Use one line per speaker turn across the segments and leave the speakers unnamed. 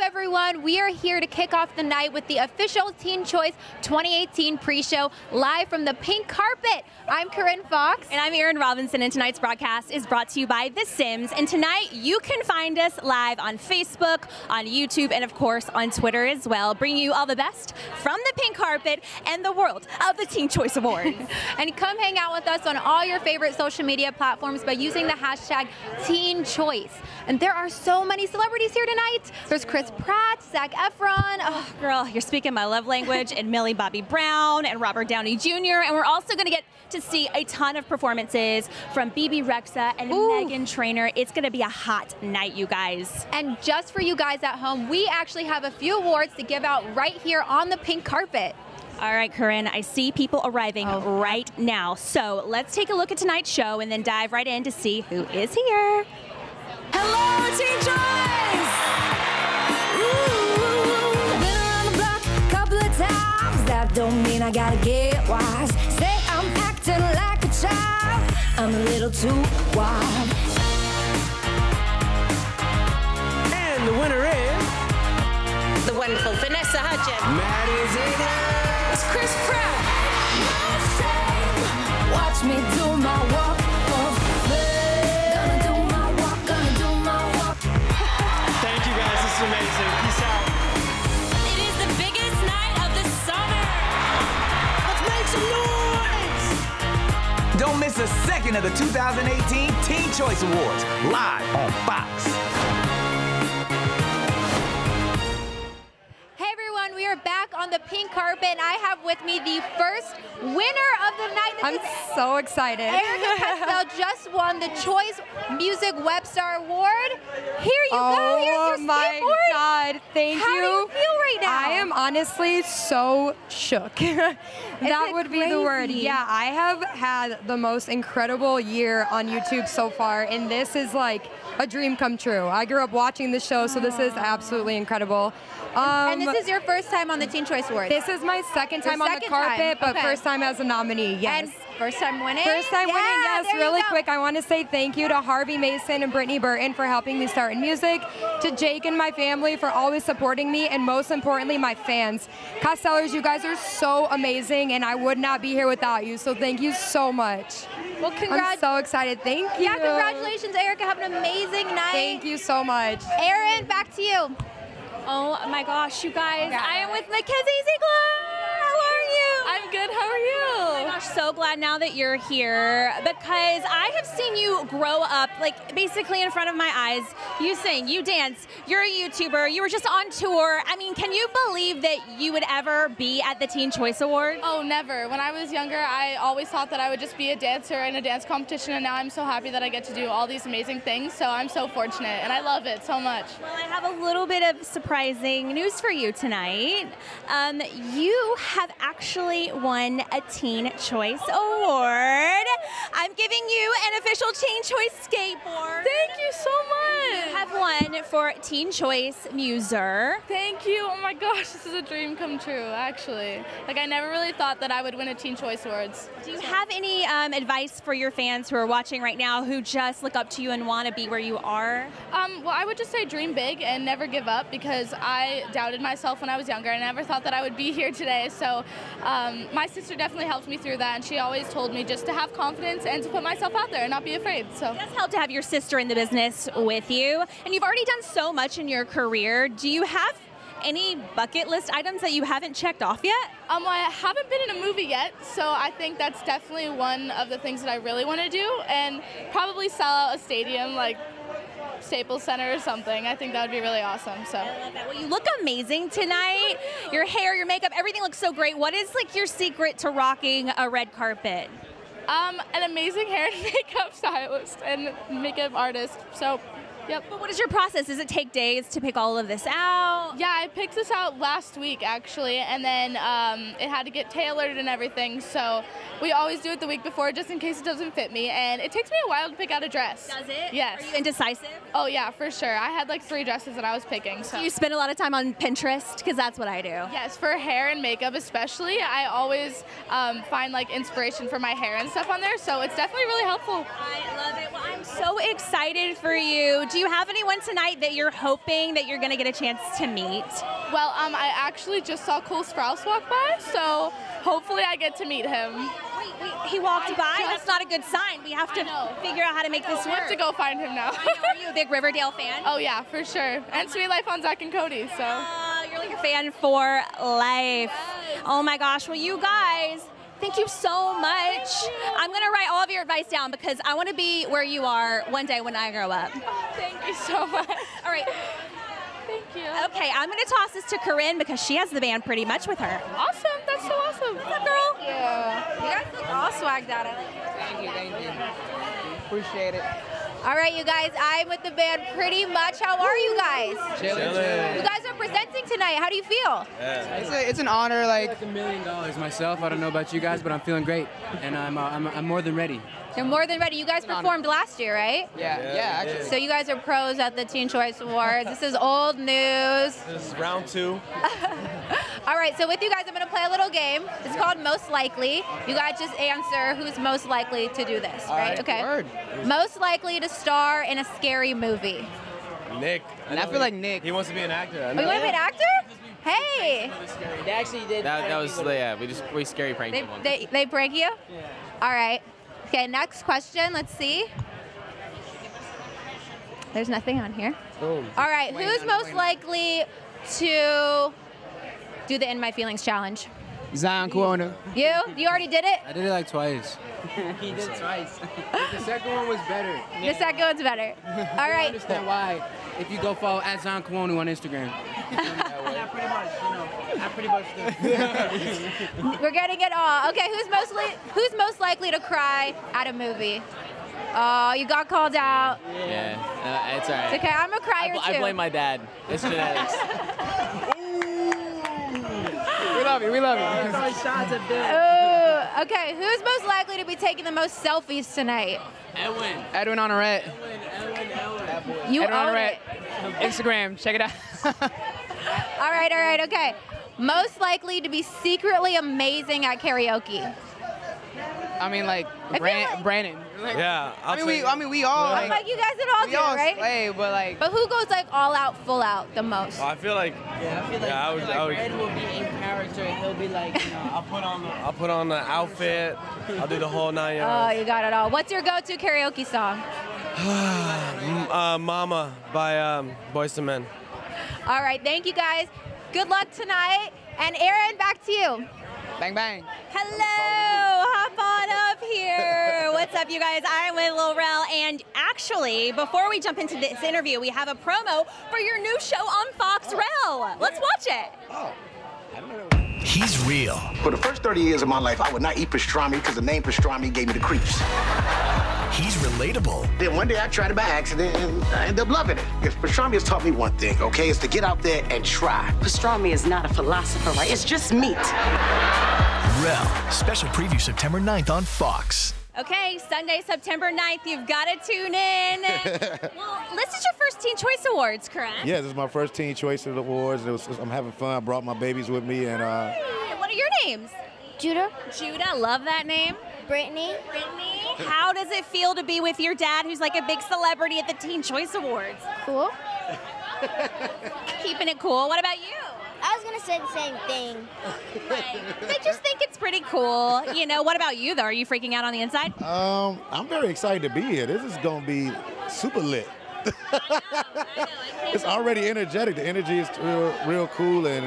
everyone. We are here to kick off the night with the official Teen Choice 2018 pre-show live from the pink carpet. I'm Corinne Fox.
And I'm Erin Robinson, and tonight's broadcast is brought to you by The Sims. And tonight, you can find us live on Facebook, on YouTube, and of course on Twitter as well, bringing you all the best from the pink carpet and the world of the Teen Choice Awards.
and come hang out with us on all your favorite social media platforms by using the hashtag Teen Choice. And there are so many celebrities here tonight. There's Chris Pratt, Zach Efron. Oh,
girl, you're speaking my love language, and Millie Bobby Brown and Robert Downey Jr. And we're also going to get to see a ton of performances from BB Rexa and
Ooh.
Megan Trainer. It's going to be a hot night, you guys.
And just for you guys at home, we actually have a few awards to give out right here on the pink carpet.
All right, Corinne, I see people arriving
Oh.
right now. So let's take a look at tonight's show and then dive right in to see who is here.
Hello, Teen Choice! Ooh, been around the block a couple of times. That don't mean I gotta get wise. Say I'm acting like a child. I'm a little too wild.
And the winner is
the wonderful Vanessa Hudgens.
Maddie Ziegler.
It's Chris Pratt. No shame. Watch me do my walk of fame. Gonna do my walk, gonna do my walk.
Thank you guys. This is amazing. Peace out.
It is the biggest night of the summer. Let's make some noise!
Don't miss a second of the 2018 Teen Choice Awards live on Fox.
Hey everyone, we are back on the pink carpet and I have with me the first winner of the night. This
I'm
is
so excited.
Erica Pestel just won the Choice Music Web Star Award. Here you go.
Oh
Here's your
my
skateboard.
god, thank
How
you.
do you feel right now?
I am honestly so shook. that
it
would be the word.
crazy?
Yeah, I have had the most incredible year on YouTube so far, and this is like a dream come true. I grew up watching the show, so this is absolutely incredible. Um,
and this is your first time on the Teen Choice Awards.
this is my second
Your
time on the
second time,
carpet, but
okay.
first time as a nominee. Yes.
and first time winning.
First time winning,
Yeah,
yes.
there you
Really
go.
quick, I want to say thank you to Harvey Mason and Brittany Burton for helping me start in music, to Jake and my family for always supporting me, and most importantly, my fans. Costellers, you guys are so amazing, and I would not be here without you, so thank you so much.
Well,
I'm
congrats.
so excited. Thank you.
yeah, congratulations, Erica. Have an amazing night.
Thank you so much.
Aaron, back to you.
Oh my gosh, you guys,
Yeah.
I am with Mackenzie Ziegler. How are you? I'm good. How are you? Oh my gosh, so glad now that you're here because I have seen you grow up, like basically in front of my eyes. You sing, you dance, you're a YouTuber, you were just on tour. I mean, can you believe that you would ever be at the Teen Choice Award?
Oh, never. When I was younger, I always thought that I would just be a dancer in a dance competition, and now I'm so happy that I get to do all these amazing things. So I'm so fortunate, and I love it so much.
Well, I have a little bit of surprising news for you tonight. Um, you have actually won a Teen Choice Award. I'm giving you an official Teen Choice skateboard.
Thank you so
You have won for Teen Choice Muser.
Thank you. Oh my gosh, this is a dream come true, actually. Like, I never really thought that I would win a Teen Choice Awards.
Do you have any um, advice for your fans who are watching right now who just look up to you and want to be where you are?
Um, well, I would just say dream big and never give up because I doubted myself when I was younger. I never thought that I would be here today. So um, my sister definitely helped me through that, and she always told me just to have confidence and to put myself out there and not be afraid. So.
It does help to have your sister in the business with you, and you've already done so much in your career. Do you have any bucket list items that you haven't checked off yet?
Um, well, I haven't been in a movie yet, so I think that's definitely one of the things that I really want to do, and probably sell out a stadium like Staples Center or something. I think that would be really awesome. So,
Well, you look amazing tonight. Your hair, your makeup, everything looks so great. What is like your secret to rocking a red carpet?
um, an amazing hair and makeup stylist and makeup artist. So, yep.
But what is your process? Does it take days to pick all of this out?
Yeah, I picked this out last week actually, and then um, it had to get tailored and everything. So we always do it the week before, just in case it doesn't fit me. And it takes me a while to pick out a dress.
Does it?
Yes.
Are you indecisive?
Oh yeah, for sure. I had like three dresses that I was picking. So
Do you spend a lot of time on Pinterest? Because that's what I do.
yes, for hair and makeup especially, I always um, find like inspiration for my hair and stuff on there. So it's definitely really helpful.
I love it. Well, I'm so excited for you. Do you have anyone tonight that you're hoping that you're going to get a chance to meet?
Well, um, I actually just saw Cole Sprouse walk by, so hopefully I get to meet him.
Wait, wait, he walked by? That's not a good sign. We have to figure out how to make this
We
work.
have to go find him now.
I know. Are you a big Riverdale fan?
oh yeah, for sure. And Sweet Life on Zach and Cody. So
Uh, you're like a fan for life. Oh my gosh. Well, you guys, thank you so much. I'm going to write all of your advice down because I want to be where you are one day when I grow up.
thank you so much.
All right.
Thank you.
Okay, I'm going to toss this to Corinne because she has the band pretty much with her.
Awesome. That's so awesome.
Girl.
all swagged out.
Thank you, thank you. Appreciate it.
All right, you guys, I'm with the band pretty much. How are you guys?
Chilling.
You guys are presenting tonight. How do you feel?
It's, a, it's an honor, like,
a million dollars myself. I don't know about you guys, but I'm feeling great, and I'm uh, I'm, I'm more than ready.
You're more than ready. You guys performed last year, right?
yeah, yeah, actually.
So you guys are pros at the Teen Choice Awards. This is old news.
This is round two.
All right, so with you guys, I'm gonna play a little game. It's called Most Likely. You guys just answer who's most likely to do this,
All
right?
right, word.
Most likely to star in a scary movie.
Nick.
And I
know
feel
he-
like Nick.
He wants to be an actor. I
Oh, you
know.
wanna be an actor? Hey,
They actually did.
That, that was yeah. We just we scary pranked
they,
someone.
they, they break you? All right. Okay, next question. Let's see. There's nothing on here. All right,
Wait,
who's
no, no,
most
wait.
likely to do the In My Feelings challenge?
Zion Corona.
You? You already did it?
I did it like twice.
He did twice.
The second one was better.
The second one's better. All
I
right.
understand why. If you go follow at Zion Kwonu on Instagram.
We're getting it all. Okay, who's mostly who's most likely to cry at a movie? Oh, you got called out.
yeah, uh, it's alright.
It's okay, I'm a
I,
crier
bl-
too.
I blame my dad. It's genetics.
we love you, we love you.
Ooh, okay, who's most likely to be taking the most selfies tonight?
Edwin.
Edwin Honoret.
You
Edwin
own
Honoret.
it.
Instagram, check it out.
All right, all right, okay. Most likely to be secretly amazing at karaoke.
I mean, like,
feel
Bran-
like-
Brandon. Like,
Yeah. I'll
I mean, we,
take-
I mean, we all,
I'm like
like,
you guys did all
we
do
all
it, right?
slay, but, like,
But who goes like all out, full out the most?
Oh, I feel like.
yeah, I feel
like- I I would- feel like I would- Brandon
will be in character. He'll be like, you know,
I'll put on the. I'll put on the outfit. I'll do the whole nine
Oh,
yards.
you got it all. What's your go-to karaoke song?
Mm, uh, Mama by um, Boys to Men.
All right, thank you guys. Good luck tonight. And Aaron, back to you.
bang, bang.
Hello, hop on up here. What's up, you guys? I'm with Laurel, and actually, before we jump into this interview, we have a promo for your new show on Fox Rel. Let's watch it.
He's real.
For the first 30 years of my life, I would not eat pastrami because the name pastrami gave me the creeps.
He's relatable.
Then one day I tried it by accident and I ended up loving it. If pastrami has taught me one thing, okay, it's to get out there and try.
Pastrami is not a philosopher, right? It's just meat.
Rel. Special preview September 9th on Fox.
Okay, Sunday, September 9th, you've got to tune in. well, this is your first Teen Choice Awards, correct?
Yeah, this is my first Teen Choice Awards, and it was, I'm having fun. I brought my babies with me, and uh,
What are your names?
Judah,
Judah, love that name.
Brittany,
Brittany, how does it feel to be with your dad, who's like a big celebrity at the Teen Choice Awards?
cool.
Keeping it cool. What about you?
I was gonna say the same thing.
I just think it's pretty cool. You know, what about you though? Are you freaking out on the inside?
um, I'm very excited to be here. This is gonna be super lit. it's already energetic. The energy is real, real cool, and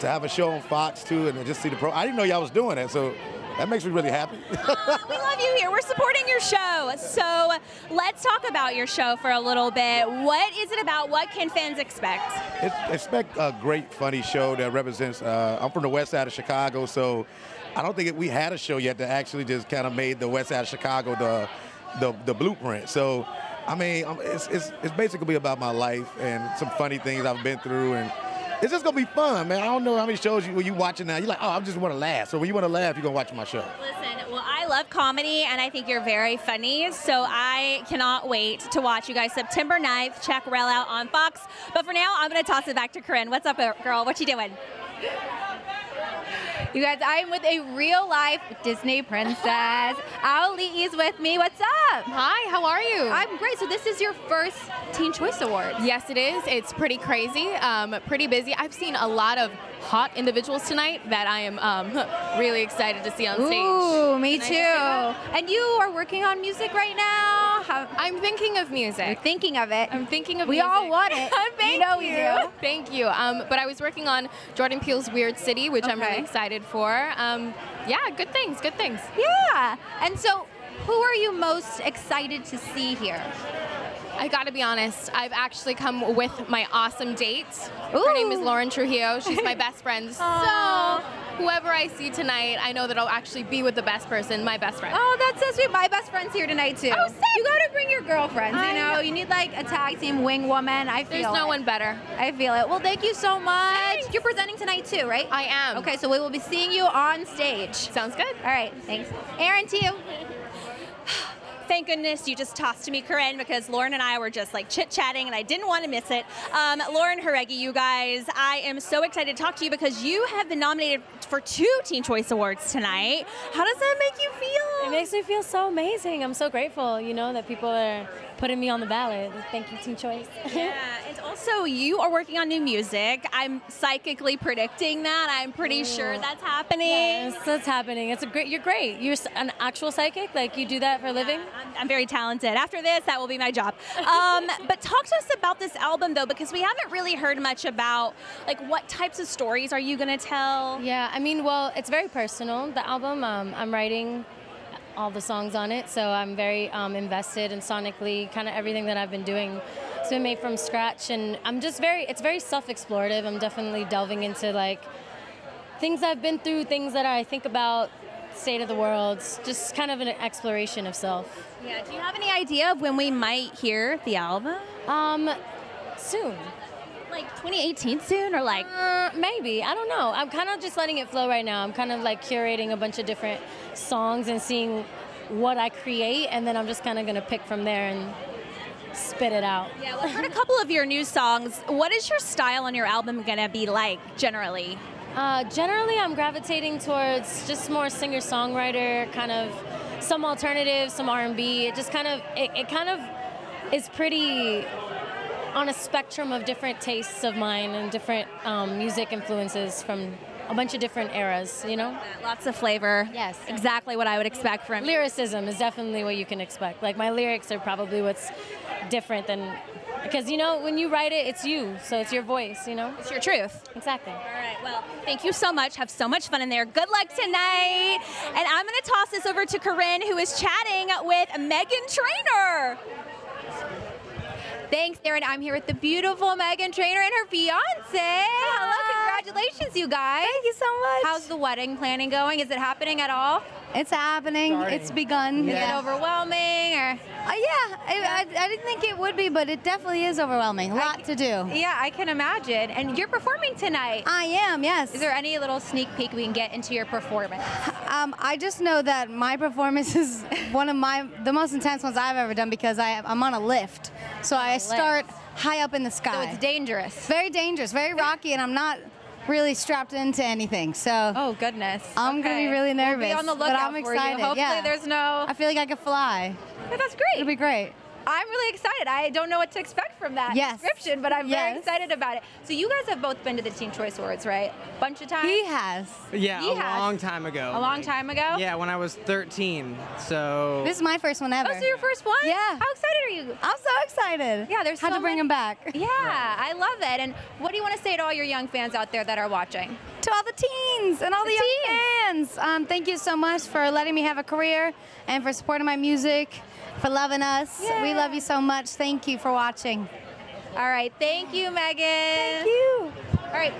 to have a show on Fox too, and to just see the pro. I didn't know y'all was doing that, so that makes me really happy.
we love you here. We're supporting your show. So let's talk about your show for a little bit. What is it about? What can fans expect?
Ex- expect a great, funny show that represents. Uh, I'm from the west side of Chicago, so I don't think we had a show yet that actually just kind of made the west side of Chicago the the, the blueprint. So, I mean, um, it's, it's it's basically about my life and some funny things I've been through, and it's just gonna be fun, man. I don't know how many shows you when you watching now. You're like, oh, I just want to laugh. So when you want to laugh, you're gonna watch my show.
Listen, well, I love comedy and I think you're very funny. So I cannot wait to watch you guys September 9th. Check Rel out on Fox. But for now, I'm going to toss it back to Corinne. What's up, girl? What you doing?
You guys, I am with a real life Disney princess. Ali is with me. What's up? Hi, how are you? I'm great. So this is your first Teen Choice Awards.
Yes, it is. It's pretty crazy, um, pretty busy. I've seen a lot of hot individuals tonight that I am um, really excited to see on stage.
Ooh,
Can I
me
just
too.
say that?
And you are working on music right now. How- I'm thinking of music. You're thinking of it. I'm thinking
of
We all
music.
want it.
Thank
you know we do.
Thank you. Um, but I was working on Jordan Peele's Weird City, which I'm really excited for. Um, yeah, good things, good things.
Yeah. And so, who are you most excited to see here?
I gotta be honest, I've actually come with my awesome date. Her name is Lauren Trujillo. She's my best friend. so, whoever I see tonight, I know that I'll actually be with the best person, my best friend.
Oh, that's so sweet. My best friend's here tonight too. Oh, You gotta bring your girlfriends. You
I
know,
know.
you need like a tag team wing woman. I feel
There's no
it.
one better.
I feel it. Well, thank you so much. You're presenting tonight too, right? I am. Okay, so we will be seeing you on stage. Sounds good. All right, thanks. Aaron, to you.
Thank goodness you just tossed me, Corinne, because Lauren and I were just like chit chatting and I didn't want to miss it. Um, Lauren Heregi, you guys, I am so excited to talk to you because you have been nominated for two Teen Choice Awards tonight. How does that make you feel?
It makes me feel so amazing. I'm so grateful, you know, that people are putting me on the ballot. Thank you, Team Choice.
yeah, and also you are working on new music. I'm psychically predicting that. I'm pretty sure
Ooh.
that's happening.
Oh. Yes, that's happening. It's a great. You're great. You're s- an actual psychic. Like you do that for a living.
I'm, I'm very talented. After this, that will be my job. Um, but talk to us about this album though, because we haven't really heard much about like what types of stories are you gonna tell?
Yeah, I mean, well, it's very personal. The album, um, I'm writing all the songs on it, so I'm very um, invested in sonically, kind of everything that I've been doing. It's been made from scratch, and I'm just very, it's very self explorative. I'm definitely delving into like things I've been through, things that I think about, state of the world, just kind of an exploration of self.
Yeah. Do you have any idea of when we might hear the album?
Um, soon.
Like 2018 soon, or like
Uh, maybe I don't know. I'm kind of just letting it flow right now. I'm kind of like curating a bunch of different songs and seeing what I create, and then I'm just kind of gonna pick from there and spit it out.
Yeah, well, I heard a couple of your new songs. What is your style on your album gonna be like generally?
Uh, generally, I'm gravitating towards just more singer-songwriter kind of some alternative, some R&B. It just kind of it, it kind of is pretty on a spectrum of different tastes of mine and different um, music influences from a bunch of different eras. You know.
Lots of flavor. Yes. Exactly what I would expect from
lyricism is definitely what you can expect. Like my lyrics are probably what's different than because you know when you write it, it's you, so it's your voice. You know,
it's your truth.
Exactly.
All right, well, thank you so much. Have so much fun in there. Good luck tonight. And I'm going to toss this over to Corinne, who is chatting with Megan Trainer.
Thanks, Aaron. I'm here with the beautiful Megan Trainer and her fiance. Hello, congratulations, you guys. Thank you so much. How's the wedding planning going? Is it happening at all?
It's happening. It's begun.
Is it overwhelming or?
Uh, yeah, I, I, I didn't think it would be, but it definitely is overwhelming. A lot to do.
Yeah, I can imagine. And you're performing tonight.
I am, yes.
Is there any little sneak peek we can get into your performance?
Um, I just know that my performance is one of my the most intense ones I've ever done because I, I'm on a lift, so I start high up in the sky. So it's
dangerous.
Very dangerous. Very rocky, and I'm not really strapped into anything. So.
Oh goodness.
I'm gonna be
Okay.
really
We'll
nervous.
be on the
but
lookout
I'm
for you.
excited.
Hopefully
yeah.
there's no.
I feel like I could fly.
That's great.
It'll be great.
I'm really excited. I don't know what to expect from that
Yes.
description, but I'm very
Yes.
excited about it. So you guys have both been to the Teen Choice Awards, right? Bunch of times.
He has.
Yeah,
He
a
has.
long time ago.
A long time ago.
Yeah, when I was 13. So
This is my first one ever.
Oh, so your first one? Yeah. How excited are you?
I'm so excited.
Yeah, there's
Had
so
to bring him back.
Yeah, I love it. And what do you want to say to all your young fans out there that are watching?
To all the teens and all the, young fans, um, thank you so much for letting me have a career and for supporting my music, for loving us. We love you so much. Thank you for watching.
All right, thank you, Megan. Thank you. All right,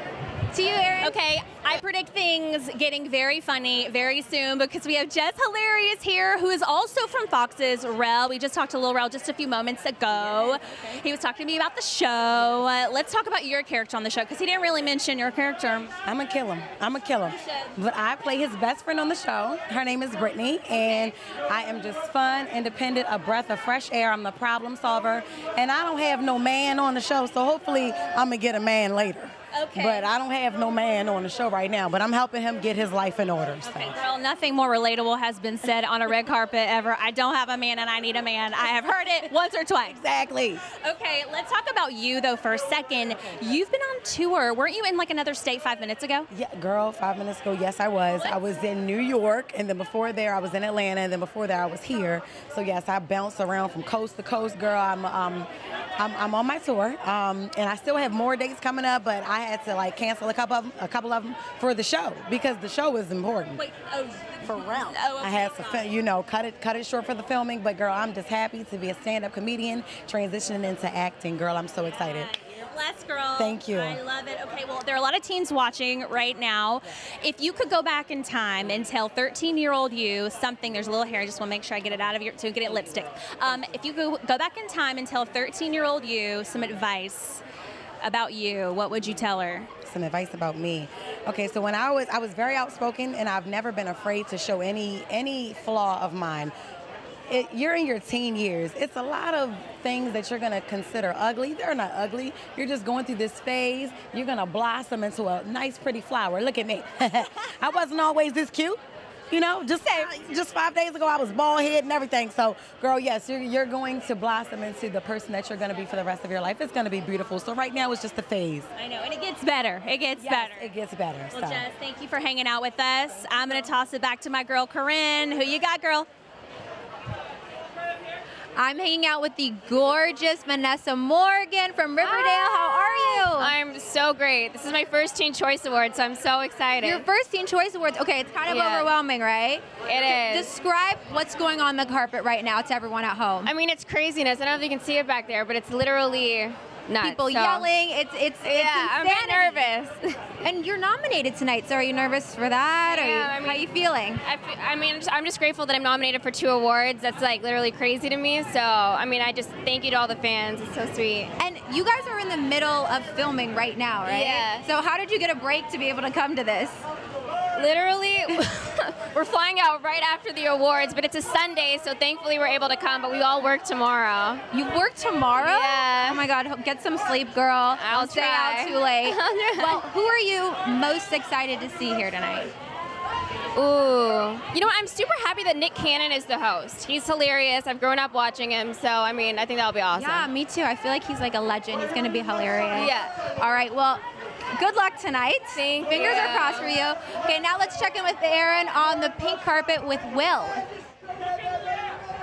see you, Erin.
Okay, I predict things getting very funny very soon because we have Jess Hilarious here, who is also from Fox's Rel. We just talked to Lil Rel just a few moments ago. He was talking to me about the show. Uh, let's talk about your character on the show because he didn't really mention your character.
I'm gonna kill him. I'm gonna kill him. But I play his best friend on the show. Her name is Brittany, and I am just fun, independent, a breath of fresh air. I'm the problem solver, and I don't have no man on the show, so hopefully I'm gonna get a man later.
Okay.
But I don't have no man on the show right now, but I'm helping him get his life in order. So.
Girl, nothing more relatable has been said on a red carpet ever. I don't have a man and I need a man. I have heard it once or twice.
Exactly.
Okay, let's talk about you though for a second. You've been on tour. Weren't you in like another state five minutes ago?
Yeah, girl, five minutes ago, yes, I was. I was in New York, and then before there, I was in Atlanta, and then before there, I was here. So yes, I bounce around from coast to coast, girl. I'm um, I'm, I'm on my tour, um, and I still have more dates coming up, but I had to like cancel a couple of 'em- a couple of them for the show because the show is important.
Wait, oh, for real?
oh,
I had to, fi- you know, cut it cut it short for the filming, but girl, I'm just happy to be a stand-up comedian, transitioning into acting. Girl, I'm so excited.
Bless, girl.
Thank you.
I love it. Okay, well, there are a lot of teens watching right now. If you could go back in time and tell 13 year old you something, there's a little hair, I just want to make sure I get it out of your, to get it lipstick. Um, if you could go back in time and tell 13 year old you some advice about you, what would you tell her?
some advice about me. Okay, so when I was I was very outspoken and I've never been afraid to show any any flaw of mine. It, you're in your teen years. It's a lot of things that you're gonna consider ugly. They're not ugly. You're just going through this phase. You're gonna blossom into a nice, pretty flower. Look at me. I wasn't always this cute. You know, just just five days ago, I was bald head and everything. So, girl, yes, you're, you're going to blossom into the person that you're going to be for the rest of your life. It's going to be beautiful. So, right now, it's just a phase.
I know, and it gets better. It gets better.
It gets better.
Well,
so.
Jess, thank you for hanging out with us. I'm going to toss it back to my girl, Corinne. Who you got, girl?
I'm hanging out with the gorgeous Vanessa Morgan from Riverdale. How are you?
I'm so great. This is my first Teen Choice Award, so I'm so excited.
Your first Teen Choice Awards. Okay, it's kind of
Yeah.
overwhelming, right?
It is.
Describe what's going on the carpet right now to everyone at home.
I mean, it's craziness. I don't know if you can see it back there, but it's literally nuts.
People
so-
yelling. It's it's
Yeah, I'm
I'm nervous. and you're nominated tonight, so are you nervous for that? Are you-
Yeah, I mean-
how are you feeling?
I, fe- I mean, I'm just, I'm just grateful that I'm nominated for two awards. That's like literally crazy to me. So, I mean, I just thank you to all the fans. It's so sweet.
And you guys are in the middle of filming right now, right?
Yeah.
So how did you get a break to be able to come to this?
Literally, we're flying out right after the awards, but it's a Sunday, so thankfully we're able to come. But we all work tomorrow.
You work tomorrow?
Yeah.
Oh my God, get some sleep, girl.
I'll
Don't stay
try.
out too late.
I'll try.
well, who are you most excited to see here tonight?
Ooh. You know what? I'm super happy that Nick Cannon is the host. He's hilarious. I've grown up watching him, so I mean, I think that'll be awesome.
Yeah, me too. I feel like he's like a legend. He's gonna be hilarious.
Yeah.
All right. Well, good luck tonight. Fingers are
you.
crossed for you. Okay, now let's check in with Aaron on the pink carpet with Will.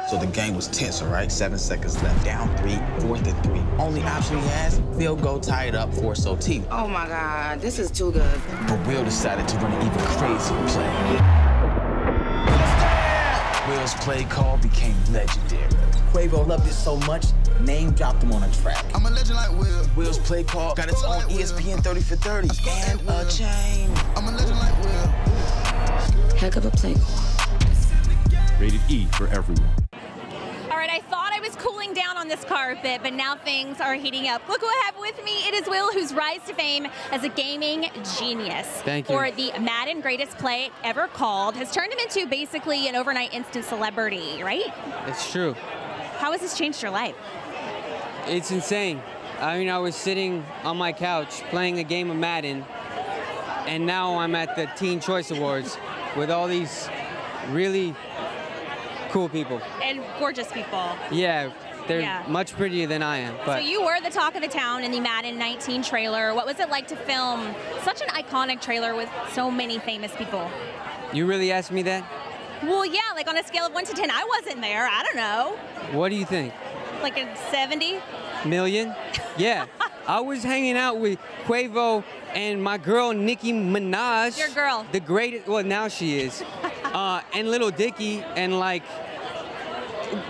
So the game was tense, all right? Seven seconds left, down three, fourth and three. Only option he has, field goal tied up, force OT.
Oh my God, this is too good.
But Will decided to run an even crazier play. Will's play call became legendary. Quavo loved it so much, name dropped him on a track. I'm a legend like Will. Will's play call got its own E ESPN 30 for 30 and a chain. I'm a legend like Will.
Heck of a play
Rated E for everyone.
All right, I thought I was cooling down on this carpet, but now things are heating up. Look who I have with me. It is Will, whose rise to fame as a gaming genius
Thank you.
for the Madden greatest play ever called has turned him into basically an overnight instant celebrity, right?
It's true.
How has this changed your life?
It's insane. I mean, I was sitting on my couch playing a game of Madden, and now I'm at the Teen Choice Awards with all these really cool people.
And gorgeous people.
Yeah, they're
Yeah.
much prettier than I am. But
so you were the talk of the town in the Madden 19 trailer. What was it like to film such an iconic trailer with so many famous people?
you really asked me that?
Well, yeah, like on a scale of 1 to 10, I wasn't there. I don't know.
What do you think?
Like a 70?
Million? Yeah. I was hanging out with Quavo and my girl Nicki Minaj.
Your girl.
The greatest. Well, now she is. uh, and Little Dicky and like.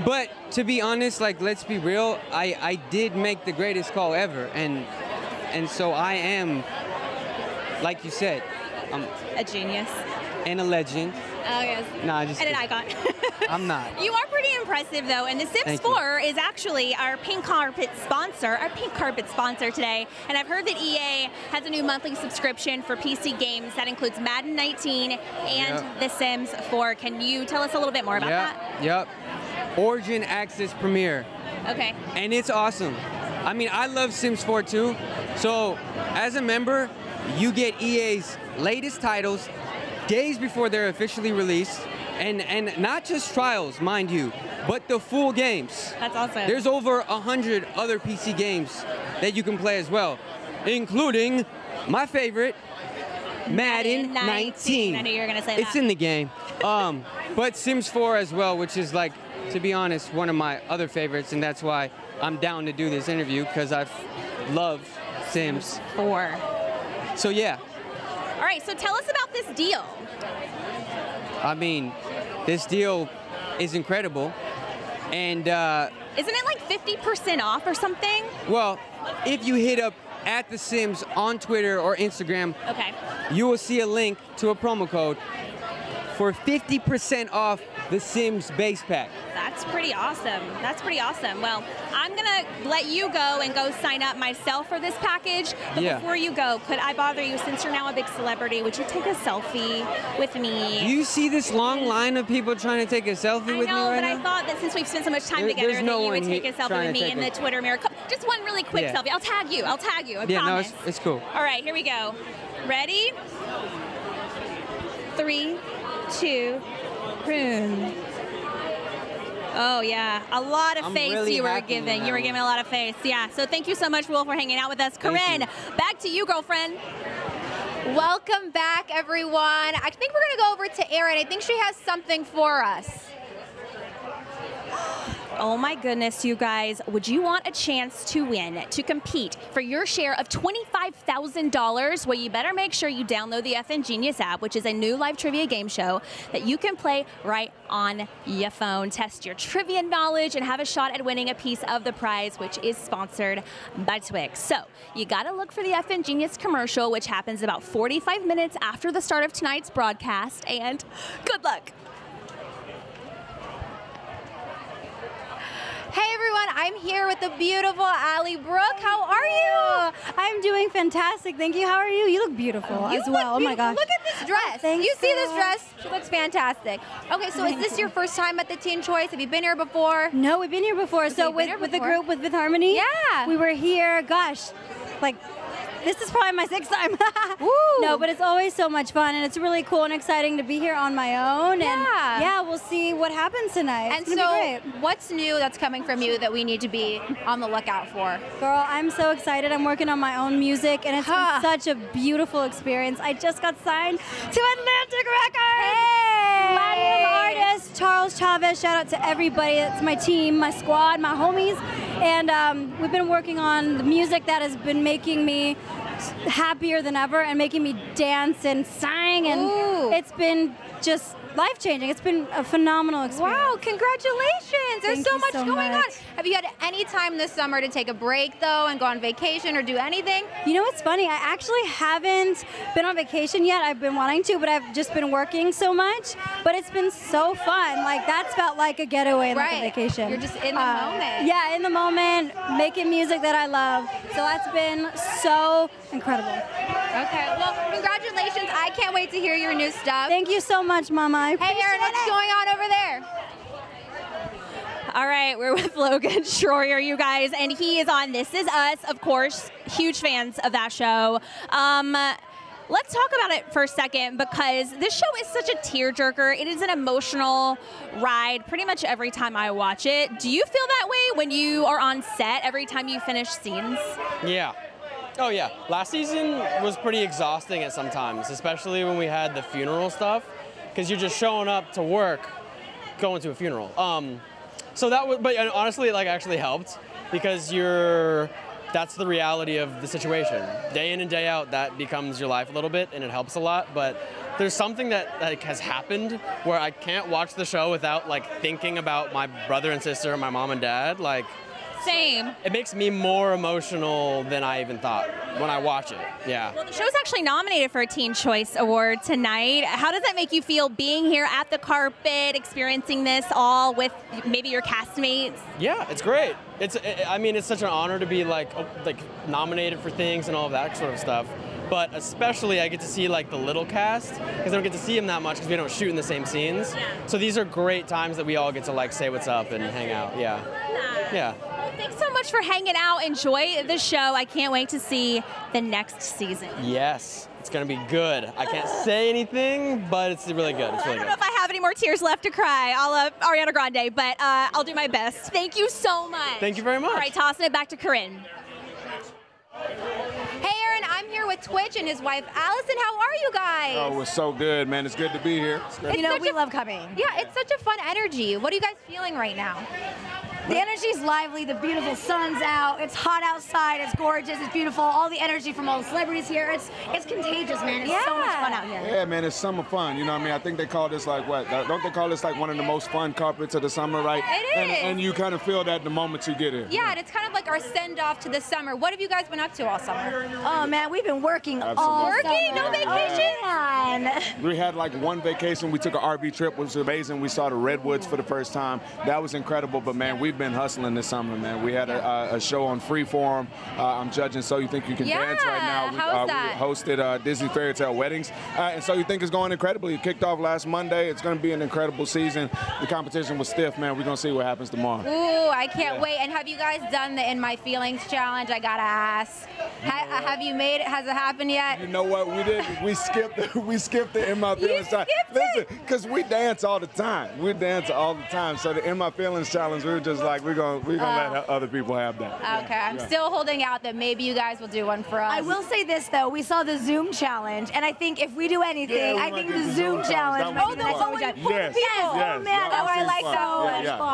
But to be honest, like let's be real, I I did make the greatest call ever, and and so I am, like you said, I'm
A genius.
and a legend.
Oh, yes.
Nah, just
and an
kidding.
icon.
I'm not.
You are pretty impressive, though. And The Sims
Thank you.
4 is actually our pink carpet sponsor, our pink carpet sponsor today. And I've heard that EA has a new monthly subscription for PC games that includes Madden 19 and
Yeah.
The Sims 4. Can you tell us a little bit more about
yep. Yep. Origin Access Premiere.
that? Okay.
and it's awesome. I mean, I love Sims 4 too. So, as a member, you get EA's latest titles days before they're officially released, and and not just trials, mind you, but the full games.
That's awesome.
There's over a hundred other PC games that you can play as well, including my favorite, Madden 19.
I knew you were gonna say
It's
that.
in the game. Um, but Sims 4 as well, which is like, to be honest, one of my other favorites, and that's why I'm down to do this interview because I've loved Sims.
Four.
So yeah,
All right, so tell us about this deal.
I mean, this deal is incredible, and uh,
Isn't it like 50% off or something?
well, if you hit up at the Sims on Twitter or Instagram,
Okay.
you will see a link to a promo code for 50% off the Sims base pack.
That's pretty awesome. That's pretty awesome. Well, I'm going to let you go and go sign up myself for this package. But
Yeah.
before you go, could I bother you since you're now a big celebrity? Would you take a selfie with me?
Do you see this long line of people trying to take a selfie
I
with me
know,
right
but
now?
I thought that since we've spent so much time
There-
together,
there's
that
no
you would
one
take
here
a selfie
trying
with
to
me
take
in
a-
the Twitter mirror. Come- Just one really quick
Yeah.
selfie. I'll tag you. I'll tag you. I
yeah, no,
promise.
it's, it's cool.
All right, here we go. Ready? Three, two, prune. Oh yeah, a lot of
I'm
face
really
you were
happy with
giving.
that
You were
one.
giving a lot of face. Yeah. So thank you so much, Will, for hanging out with us.
Thank
Corinne, back to you, girlfriend.
Welcome back, everyone. I think we're gonna go over to Erin. I think she has something for us.
Oh my goodness, you guys. Would you want a chance to win, to compete for your share of $25,000? Well, you better make sure you download the FN Genius app, which is a new live trivia game show that you can play right on your phone. Test your trivia knowledge and have a shot at winning a piece of the prize, which is sponsored by Twix. So you gotta look for the FN Genius commercial, which happens about 45 minutes after the start of tonight's broadcast, and good luck.
Hey everyone, I'm here with the beautiful Allie Brooke. How are you?
I'm doing fantastic. Thank you. How are you? You look beautiful
You
as
look
well. oh my
beautiful.
gosh.
Look at this dress.
Thanks,
you see this
girl.
dress? She looks fantastic. Okay, so is
Thank
this your
you.
first time at the Teen Choice? Have you been here before?
No, we've been here before.
Okay,
so
you've been
with,
here
with the
before.
group with with Harmony.
Yeah.
We were here. Gosh, like this is probably my sixth time. No, but it's always so much fun, and it's really cool and exciting to be here on my own.
Yeah.
And yeah, we'll see what happens tonight.
And
it's gonna be
so,
great.
what's new that's coming from you that we need to be on the lookout for?
Girl, I'm so excited. I'm working on my own music, and it's been such a beautiful experience. I just got signed to Atlantic Records. Platinum artist Charles Chavez. Shout out to everybody. That's my team, my squad, my homies, and um, we've been working on the music that has been making me happier than ever and making me dance and sing, and it's been just life changing. It's been a phenomenal experience.
Wow, congratulations! There's
Thank
so
you
much
so
going on.
much.
Have you had any time this summer to take a break though and go on vacation or do anything?
You know what's funny? I actually haven't been on vacation yet. I've been wanting to, but I've just been working so much. But it's been so fun. Like that's felt like a getaway, like a
Right.
vacation. Uh,
You're just in the moment.
Yeah, in the moment, making music that I love. So that's been so incredible.
Okay, well, congratulations. I can't wait to hear your new stuff.
Thank you so much, Mama. I
Hey, Erin, what's going on over there?
All right, we're with Logan Schroyer, you guys, and he is on This Is Us, of course. Huge fans of that show. Um, let's talk about it for a second because this show is such a tearjerker. It is an emotional ride pretty much every time I watch it. Do you feel that way when you are on set every time you finish scenes?
Yeah. Oh yeah. Last season was pretty exhausting at sometimes, especially when we had the funeral stuff, because you're just showing up to work, going to a funeral. Um, so that was, but honestly, it like actually helped because you're, that's the reality of the situation. Day in and day out, that becomes your life a little bit, and it helps a lot. But there's something that like has happened where I can't watch the show without like thinking about my brother and sister, my mom and dad, like.
Same.
It makes me more emotional than I even thought when I watch it. Yeah.
Well, the show's actually nominated for a Teen Choice Award tonight. How does that make you feel being here at the carpet, experiencing this all with maybe your castmates?
Yeah, it's great. It's I- I mean, it's such an honor to be like o- like nominated for things and all of that sort of stuff. But especially, I get to see like the little cast because I don't get to see them that much because we don't shoot in the same scenes. So these are great times that we all get to like say what's up and hang out. Yeah. Yeah.
Well, thanks so much much for hanging out. Enjoy the show. I can't wait to see the next season.
Yes, it's gonna be good. I can't say anything, but it's really good. It's really
I
good.
don't know if I have any more tears left to cry. I'll uh, Ariana Grande, but uh, I'll do my best. Thank you so much.
Thank you very much.
All right, tossing it back to Corinne.
Hey, Aaron, I'm here with Twitch and his wife Allison. How are you guys?
Oh, it's so good, man. It's good to be here.
It's such a- Yeah, it's such a fun energy. What are you guys feeling right now?
The energy's lively. The beautiful sun's out. It's hot outside. It's gorgeous. It's beautiful. All the energy from all the celebrities here. It's it's contagious, man. It's so much fun out here.
Yeah, man, it's summer fun. You know what I mean? I think they call this like what? Don't they call this like one of the most fun carpets of the summer, right?
It
And,
is.
and you kind of feel that the moment you get here.
Yeah, and it's kind of like our send off to the summer. What have you guys been up to all summer?
Oh man, we've been working all
Oh,
Absolutely. Working?
summer.
No vacation?
Oh, man.
We had like one vacation. We took an RV trip, which was amazing. We saw the redwoods for the first time. That was incredible. But man, we've been hustling this summer, man. We had a, a- a show on Freeform. Uh, I'm judging So You Think You Can Dance right now. We,
how's
uh,
that?
we hosted uh, Disney Fairy Tale Weddings, uh, and So You Think is going incredibly. It kicked off last Monday. It's going to be an incredible season. The competition was stiff, man. We're going to see what happens tomorrow.
Ooh, I can't
Yeah.
wait. And have you guys done the In My Feelings challenge? I gotta ask. Ha- have you made it? Has it happened yet?
You know what? We did. We skipped. it. We skipped the in my feelings challenge. Listen, because we dance all the time. We dance all the time. So the in my feelings challenge, we were just like, we're gonna we're gonna let other people have that.
Uh, Okay, I'm
Yeah.
still holding out that maybe you guys will do one for us.
I will say this though, we saw the Zoom challenge, and I think if we do anything, we I might think do the the Zoom Zoom challenge. challenge. might be Oh, the the next one one. with Yes, yes, people. yes, oh yeah, man, that that oh, I seems like fun. that Yeah, one.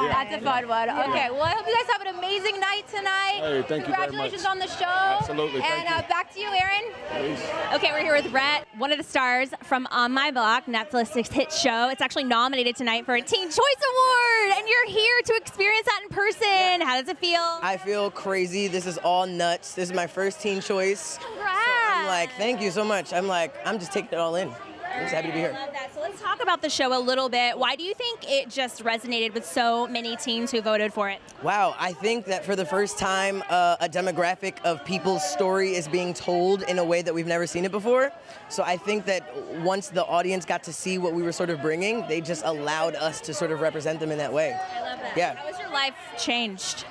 yeah, yeah.
That's a fun one.
Yeah.
Okay, well, I hope you guys have an amazing night tonight.
Hey, thank you very
Congratulations
much.
on the show.
Absolutely, thank
And
you.
uh, back to you, Aaron.
Okay, we're here with Rhett, one of the stars from On My Block, Netflix's hit show. It's actually nominated tonight for a Teen Choice Award, and you're here to experience that in person. How does it feel?
I feel crazy. This is all nuts. This is my first teen choice. Congrats. I'm like, thank you so much. I'm like, I'm just taking it all in. I'm just happy to be here.
I love that. So let's talk about the show a little bit. Why do you think it just resonated with so many teens who voted for it?
Wow, I think that for the first time, uh, a demographic of people's story is being told in a way that we've never seen it before. So I think that once the audience got to see what we were sort of bringing, they just allowed us to sort of represent them in that way. I love that. Yeah.
How has your life changed?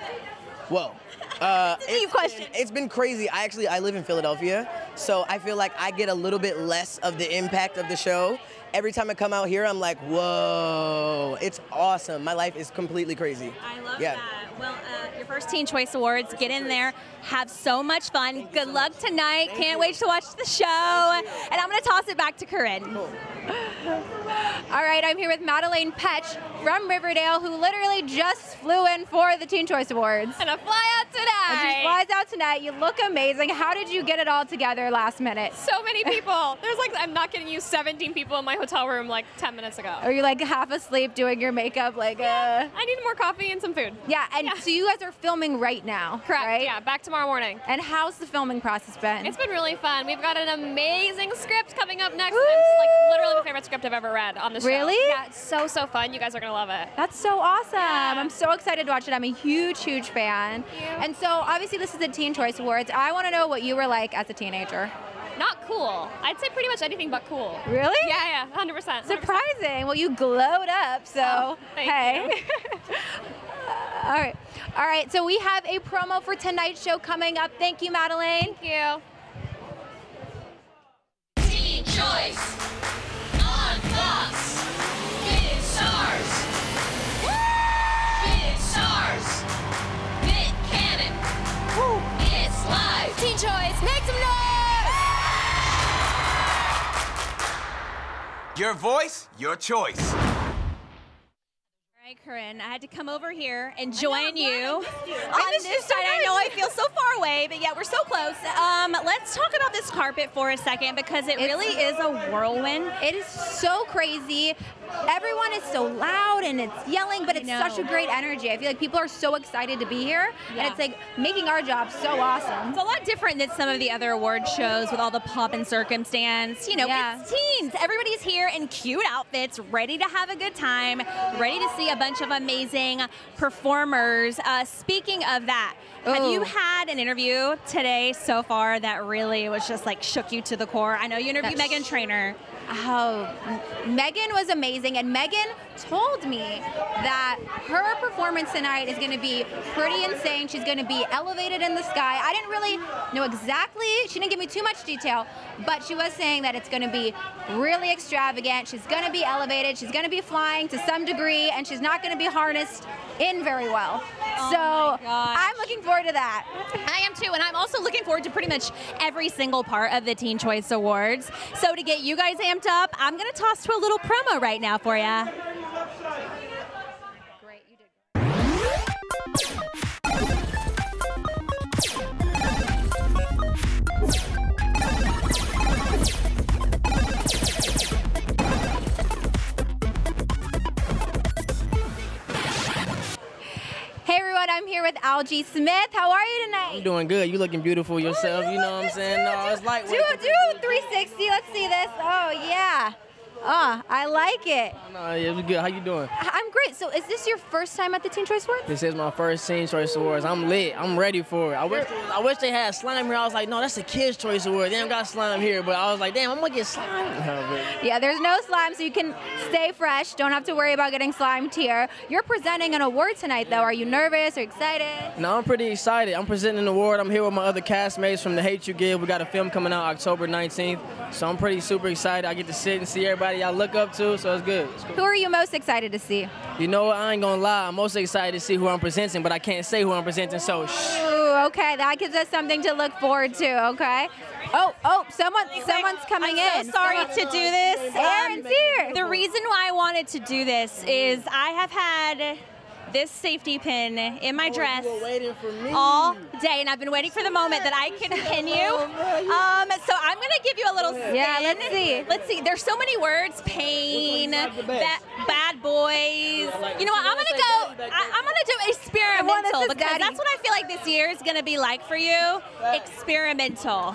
Whoa. Uh, it's question. it's been crazy. I actually I live in Philadelphia, so I feel like I get a little bit less of the impact of the show. Every time I come out here, I'm like, whoa, it's awesome. My life is completely crazy. I love yeah. that.
Well, uh, your first Teen Choice Awards. Get in there, have so much fun. Good luck tonight. Can't wait to watch the show. And I'm going to toss it back to Corinne.
All right, I'm here with Madeleine Petch from Riverdale, who literally just flew in for the Teen Choice Awards. And
I fly out tonight.
And she flies out tonight. You look amazing. How did you get it all together last minute?
So many people. There's like, I'm not kidding you, 17 people in my hotel room like 10 minutes ago.
Are you like half asleep doing your makeup? Like, yeah,
I need more coffee and some food.
Yeah, and so you guys are filming right now.
Correct.
Right?
Yeah, back tomorrow morning.
And how's the filming process been?
It's been really fun. We've got an amazing script coming up next. and It's like literally my favorite script I've ever read on the show.
Really?
Yeah, it's so, so fun. You guys are going to love it.
That's so awesome. I'm so excited to watch it. I'm a huge, huge fan. And so obviously this is the Teen Choice Awards. I want to know what you were like as a teenager.
Not cool. I'd say pretty much anything but cool.
Really?
Yeah, yeah, 100%. 100%.
Surprising. Well, you glowed up, so
Oh, thank
hey.
you.
All right. All right. So we have a promo for tonight's show coming up. Thank you, Madeline. Thank
you.
Teen Choice on Fox. Big stars. Big stars. Nick Cannon. It's live. Teen Choice, make some noise.
Your voice, your choice.
All right, Corinne, I had to come over here and join you.
I
On
missed you
this
so
side, I
much.
know I feel so far away, but yeah, we're so close. Um, let's talk about this carpet for a second because it really is a whirlwind.
It is so crazy. Everyone is so loud and it's yelling, but it's such a great energy. I feel like people are so excited to be here,
Yeah.
and it's like making our job so awesome.
It's a lot different than some of the other award shows with all the pomp and circumstance. You know,
Yeah.
it's teens. Everybody's here in cute outfits, ready to have a good time, ready to see a bunch of amazing performers. Uh, speaking of that, have you
Ooh.
had an interview today so far that really was just like shook you to the core? I know you interviewed
That
Megan
sh-
Trainer.
Oh, M- Megan was amazing, and Megan told me that her performance tonight is going to be pretty insane. She's going to be elevated in the sky. I didn't really know exactly, she didn't give me too much detail, but she was saying that it's going to be really extravagant. She's going to be elevated, she's going to be flying to some degree, and she's not going to be harnessed in very well. so Oh I'm looking forward to that.
Oh I am too, and I'm also looking forward to pretty much every single part of the Teen Choice Awards. So to get you guys amped up, I'm gonna toss to a little promo right now for ya.
Hey everyone, I'm here with Algie Smith. How are you tonight?
I'm doing good. You looking beautiful yourself. You know what I'm saying? No, it's
Do
lightweight.
do 360. Let's see this. Oh yeah. Oh, I like it.
No, yeah, it's good. How you doing?
I'm great. So is this your first time at the Teen Choice Awards?
This is my first Teen Choice Awards. I'm lit. I'm ready for it. I wish, I wish they had slime here. I was like, no, that's a Kids Choice Award. They don't got slime here. But I was like, damn, I'm gonna get slime. No, but-
Yeah, there's no slime, so you can stay fresh. Don't have to worry about getting slimed here. You're presenting an award tonight, though. Are you nervous or excited?
No, I'm pretty excited. I'm presenting an award. I'm here with my other castmates from The Hate You Give. We got a film coming out October 19th. So I'm pretty super excited. I get to sit and see everybody I look up to. So it's good. It's cool.
Who are you most excited to see?
You know what? I ain't gonna lie. I'm most excited to see who I'm presenting, but I can't say who I'm presenting. So shh.
Ooh, okay, that gives us something to look forward to. Okay. Oh, oh, someone, someone's coming
I'm
in.
so sorry to do this.
Aaron's
Um,
here.
The reason why I wanted to do this is I have had this safety pin in my dress all day, and I've been waiting for the moment that I can pin you. Um, so I'm gonna give you a little. Spin.
Yeah, let's see.
Let's see. There's so many words: pain, ba- bad boys. You know what? I'm gonna go. I, I'm gonna do experimental because that's what I feel like this year is gonna be like for you. Experimental.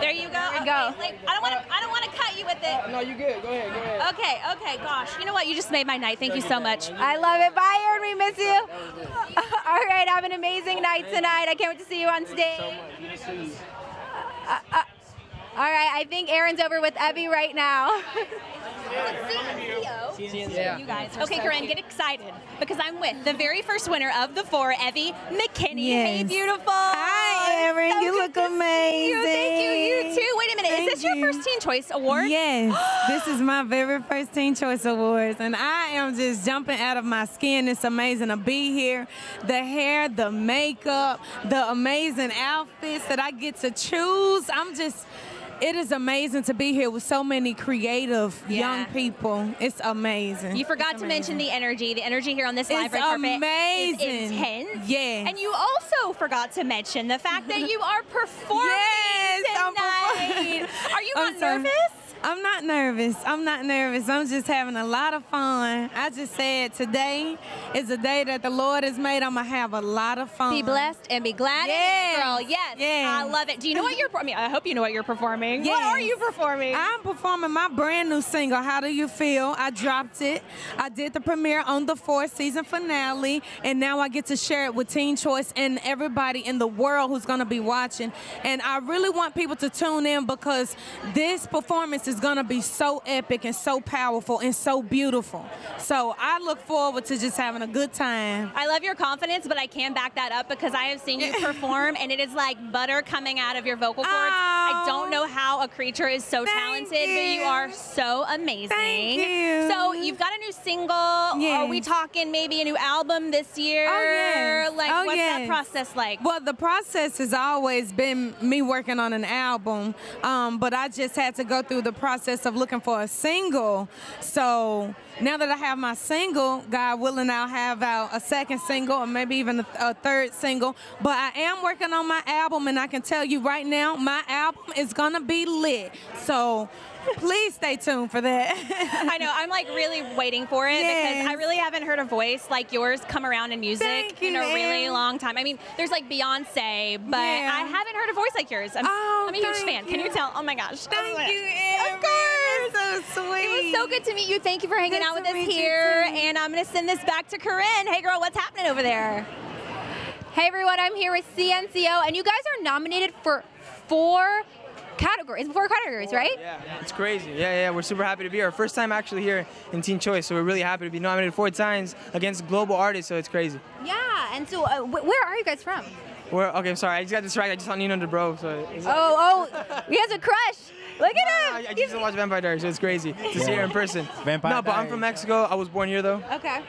There you go. go. I don't want to. I don't want to cut you with it.
No, you good. Go ahead. Go ahead.
Okay. Okay. Gosh. You know what? You just made my night. Thank you so much.
I love it. Bye, Aaron. We miss you. All right, have an amazing night tonight. I can't wait to see you on stage. Uh, uh, all right, I think Aaron's over with Evie right now.
You guys. Okay, Corinne, get excited because I'm with the very first winner of the four, Evie McKinney. Hey,
Yes.
beautiful. Hi,
Erin, you look amazing.
you. Oh, Thank you. You too. Wait a minute. Is
Thank
this your first Teen Choice Award?
Yes, this is my very first Teen Choice Awards, and I am just jumping out of my skin. It's amazing to be here. The hair, the makeup, the amazing outfits that I get to choose. I'm just. It is amazing to be here with so many creative
Yeah.
young people. It's amazing.
You forgot to mention the energy. The energy here on this live
It's
red carpet
amazing.
is intense.
Yes.
And you also forgot to mention the fact that you are performing
Yes, I'm
tonight.
performing.
are you
I'm
not
sorry.
nervous?
I'm not nervous. I'm not nervous. I'm just having a lot of fun. I just said today is a day that the Lord has made. I'm gonna have a lot of fun.
Be blessed and be glad, in it,
Yes.
girl. Yes, I love it. Do you know what you're? I mean, I hope you know what you're performing. What are you performing?
I'm performing my brand new single, How Do You Feel? I dropped it. I did the premiere on the fourth season finale, and now I get to share it with Teen Choice and everybody in the world who's going to be watching. And I really want people to tune in because this performance is going to be so epic and so powerful and so beautiful. So I look forward to just having a good time.
I love your confidence, but I can back that up because I have seen you perform, and it is like butter coming out of your vocal cords. I don't know how a creature is so talented, but you
Oh. you.
are so amazing.
you.
So you've got a new single. Are we
Yes.
talking maybe a new album this year?
Oh, yes.
Like,
Oh,
what's that
yes.
process like?
Well, the process has always been me working on an album, um, but I just had to go through the process of looking for a single. So now that I have my single, God willing, I'll have out a second single or maybe even a, a third single. But I am working on my album, and I can tell you right now, my album is gonna be lit. So please stay tuned for that.
I know. I'm like really waiting for it because I really haven't heard a voice like yours come around in music
Thank
in
you,
a really
Ann.
long time. I mean, there's like Beyonce, but
Yeah.
I haven't heard a voice like yours. I'm,
Oh,
I'm a huge
thank
fan. Can you
you.
tell? Oh my gosh. Thank
you,
Of course.
so sweet.
It was so good to meet you. Thank you for hanging out with us here. And I'm going to send this back to Corinne. Hey, girl, what's happening over there?
Hey everyone, I'm here with CNCO, and you guys are nominated for four categories, four categories, right?
Yeah, yeah, it's crazy. Yeah, yeah, we're super happy to be here. Our First time actually here in Teen Choice, so we're really happy to be nominated four times against global artists, so it's crazy.
Yeah, and so uh, wh- where are you guys from?
We're okay. I'm sorry, I just got distracted. I just saw Nino de Bro, so. It's
Oh, oh, he has a crush. Look
I,
at him.
I just watch Vampire Diaries, so it's crazy to see her in person.
Vampire
No, but I'm from Mexico. I was born here though.
Okay.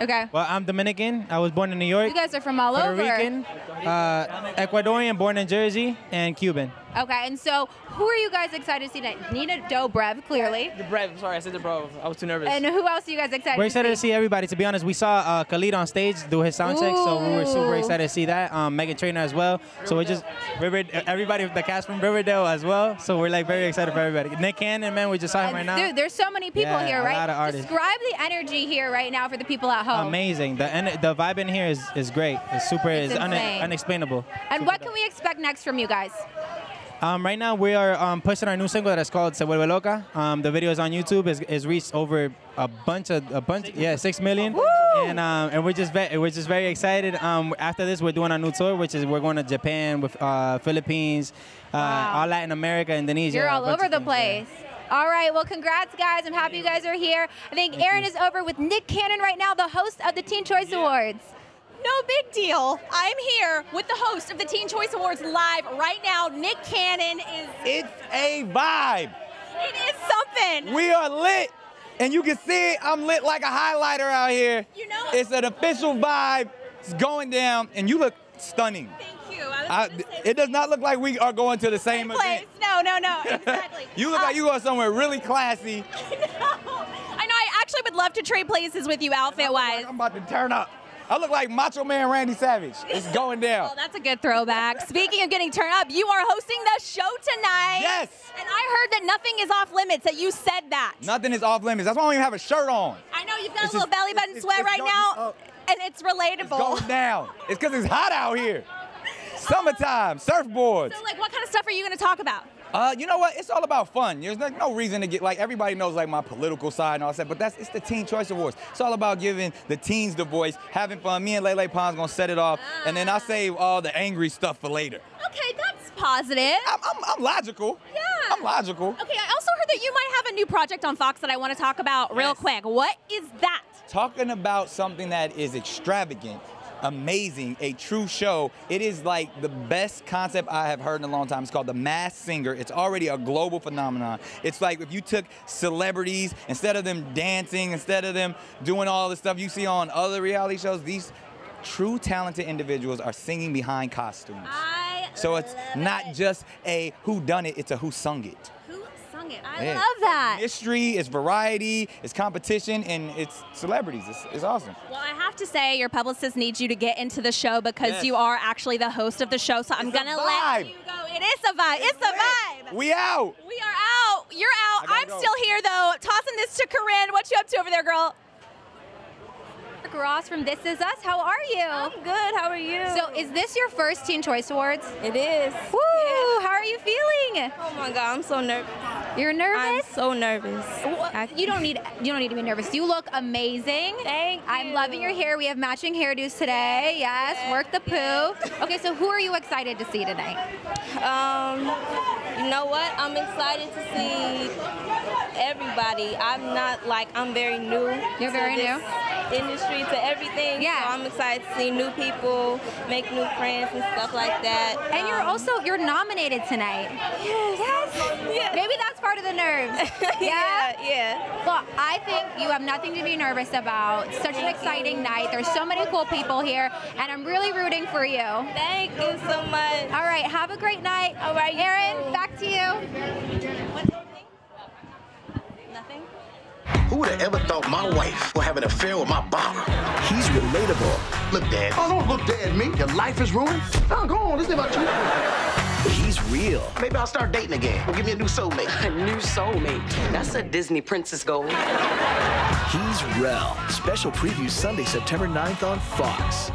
Okay.
Well, I'm Dominican. I was born in New York.
You guys are from all
Puerto
over.
Rican, uh, Ecuadorian, born in Jersey, and Cuban.
Okay, and so who are you guys excited to see tonight? Nina Dobrev, clearly.
Brev, sorry, I said the Bro. I was too nervous.
And uh, who else are you guys excited
We're
to see?
excited to see everybody. To be honest, we saw uh, Khalid on stage do his sound check, so we were super
Ooh.
excited to see that. Um, Megan Trainor as well. So we're just River, everybody, the cast from Riverdale as well. So we're like very excited for everybody. Nick Cannon, man, we just saw him right now.
Dude, there's so many people
Yeah,
here,
a
right?
lot of artists.
Describe the energy here right now for the people at home.
Amazing. The en- the vibe in here is, is great. It's super.
It's
It's, une-
insane.
unexplainable.
And what can we expect next from you guys?
Um, right now, we are um, pushing our new single that's called "Se Vuelve Loca." Um, the video is on YouTube. It's, it's reached over a bunch of a bunch, yeah, six million. And um, and we're just ve- we're just very excited. Um, after this, we're doing our new tour, which is we're going to Japan with uh, Philippines, uh, all Latin America, Indonesia.
You're
a
all
bunch of
over the
things.
place. All right, well, congrats, guys. I'm happy you guys are here. I think Aaron is over with Nick Cannon right now, the host of the Teen Choice Awards.
No big deal. I'm here with the host of the Teen Choice Awards live right now. Nick Cannon is.
It's a vibe.
It is something.
We are lit. And you can see it. I'm lit like a highlighter out here. You know it. It's an official vibe. It's going down. And you look stunning. Thank you. it does not look like we are going to the same
place.
event.
No, no, no.
You look like you are somewhere really classy.
I know. I actually would love to trade places with you outfit wise.
I'm about to turn up. I look like Macho Man Randy Savage. It's going down.
Well, that's a good throwback. Speaking of getting turned up, you are hosting the show tonight.
Yes.
And I heard that nothing is off limits, that you said that.
Nothing is off limits. That's why I don't even have a shirt on.
I know you've got
It's
a little
just-
belly button sweat right now, and it's relatable.
Going down. It's because it's hot out here. Summertime, surfboards.
So, like, what kind of stuff are you going to talk about?
Uh, you know what? It's all about fun. There's like no reason to get like everybody knows like my political side and all that, but that's it's the Teen Choice Awards. It's all about giving the teens the voice, having fun. Me and Lele Pons gonna set it off, and then I save all the angry stuff for later.
Okay, that's positive.
I'm, I'm, I'm logical.
Yeah.
I'm logical.
Okay, I also heard that you might have a new project on Fox that I want to talk about real quick. What is that?
Talking about something that is extravagant, amazing, a true show. It is like the best concept I have heard in a long time. It's called The Mass Singer. It's already a global phenomenon. It's like if you took celebrities, instead of them dancing, instead of them doing all the stuff you see on other reality shows, these true talented individuals are singing behind costumes. so it's not just a who done it, it's a who sung it.
Who sung it? I
Yeah.
love that.
Mystery, it's variety, it's competition, and it's celebrities. It's, it's awesome.
Well, I have to say, your publicist needs you to get into the show because
Yes.
you are actually the host of the show. So I'm gonna let
vibe.
you go. It is a vibe. It's, a vibe.
We out.
We are out. You're out. I'm still here though. Tossing this to Corinne. What you up to over there, girl?
Mark Ross from This Is Us. How are you? I'm good. How are you? So, is this your first Teen Choice Awards? It is. Woo! How are you feeling? Oh my God, I'm so nervous. You're nervous. I'm so nervous. you don't need. You don't need to be nervous. You look amazing. Thank you. I'm loving your hair. We have matching hairdos today. Yes. Work the poo. Okay. So, who are you excited to see tonight?
Um, you know what? I'm excited to see everybody. I'm not like I'm very new.
You're very
to
new.
this Industry to everything. Yeah. So I'm excited to see new people, make new friends and stuff like that. Um,
And you're also you're nominated tonight. Yes. Maybe that's part of the nerves. Yeah.
yeah.
Well, I think you have nothing to be nervous about. Such an exciting night. There's so many cool people here, and I'm really rooting for you.
Thank you so much.
All right. Have a great night. All right, Erin. Back to you.
Nothing.
Who would have ever thought my wife would have an affair with my barber? He's relatable. Look, Dad. Oh, don't look, Dad, at me. Your life is ruined. No, go on. This is about you. He's real. Maybe I'll start dating again. Or give me a new soulmate. A new soulmate? That's a Disney princess goal. He's real.
Special preview Sunday, September 9th on Fox.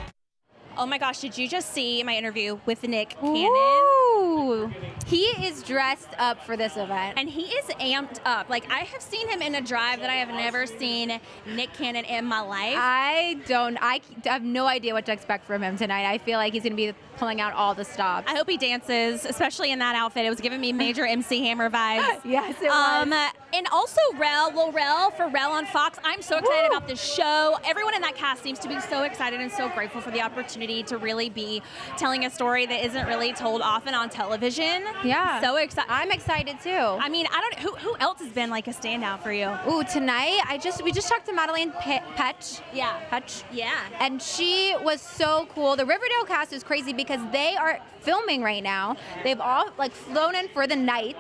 Oh my gosh, did you just see my interview with Nick Cannon?
Ooh. He is dressed up for this event.
And he is amped up. Like I have seen him in a drive that I have never seen Nick Cannon in my life.
I don't. I c- have no idea what to expect from him tonight. I feel like he's going to be pulling out all the stops.
I hope he dances, especially in that outfit. It was giving me major MC Hammer vibes. Um,
Yes, it was.
And also Rel, Lil Rel for Rel on Fox. I'm so excited about this show. Everyone in that cast seems to be so excited and so grateful for the opportunity to really be telling a story that isn't really told often on television.
Yeah.
So excited.
I'm excited too. I
mean, I don't. Who, who else has been like a standout for you?
Ooh, tonight I just we just talked to Madeline Pe- Petch.
Yeah.
Petch.
Yeah.
And she was so cool. The Riverdale cast is crazy because they are filming right now. They've all like flown in for the night,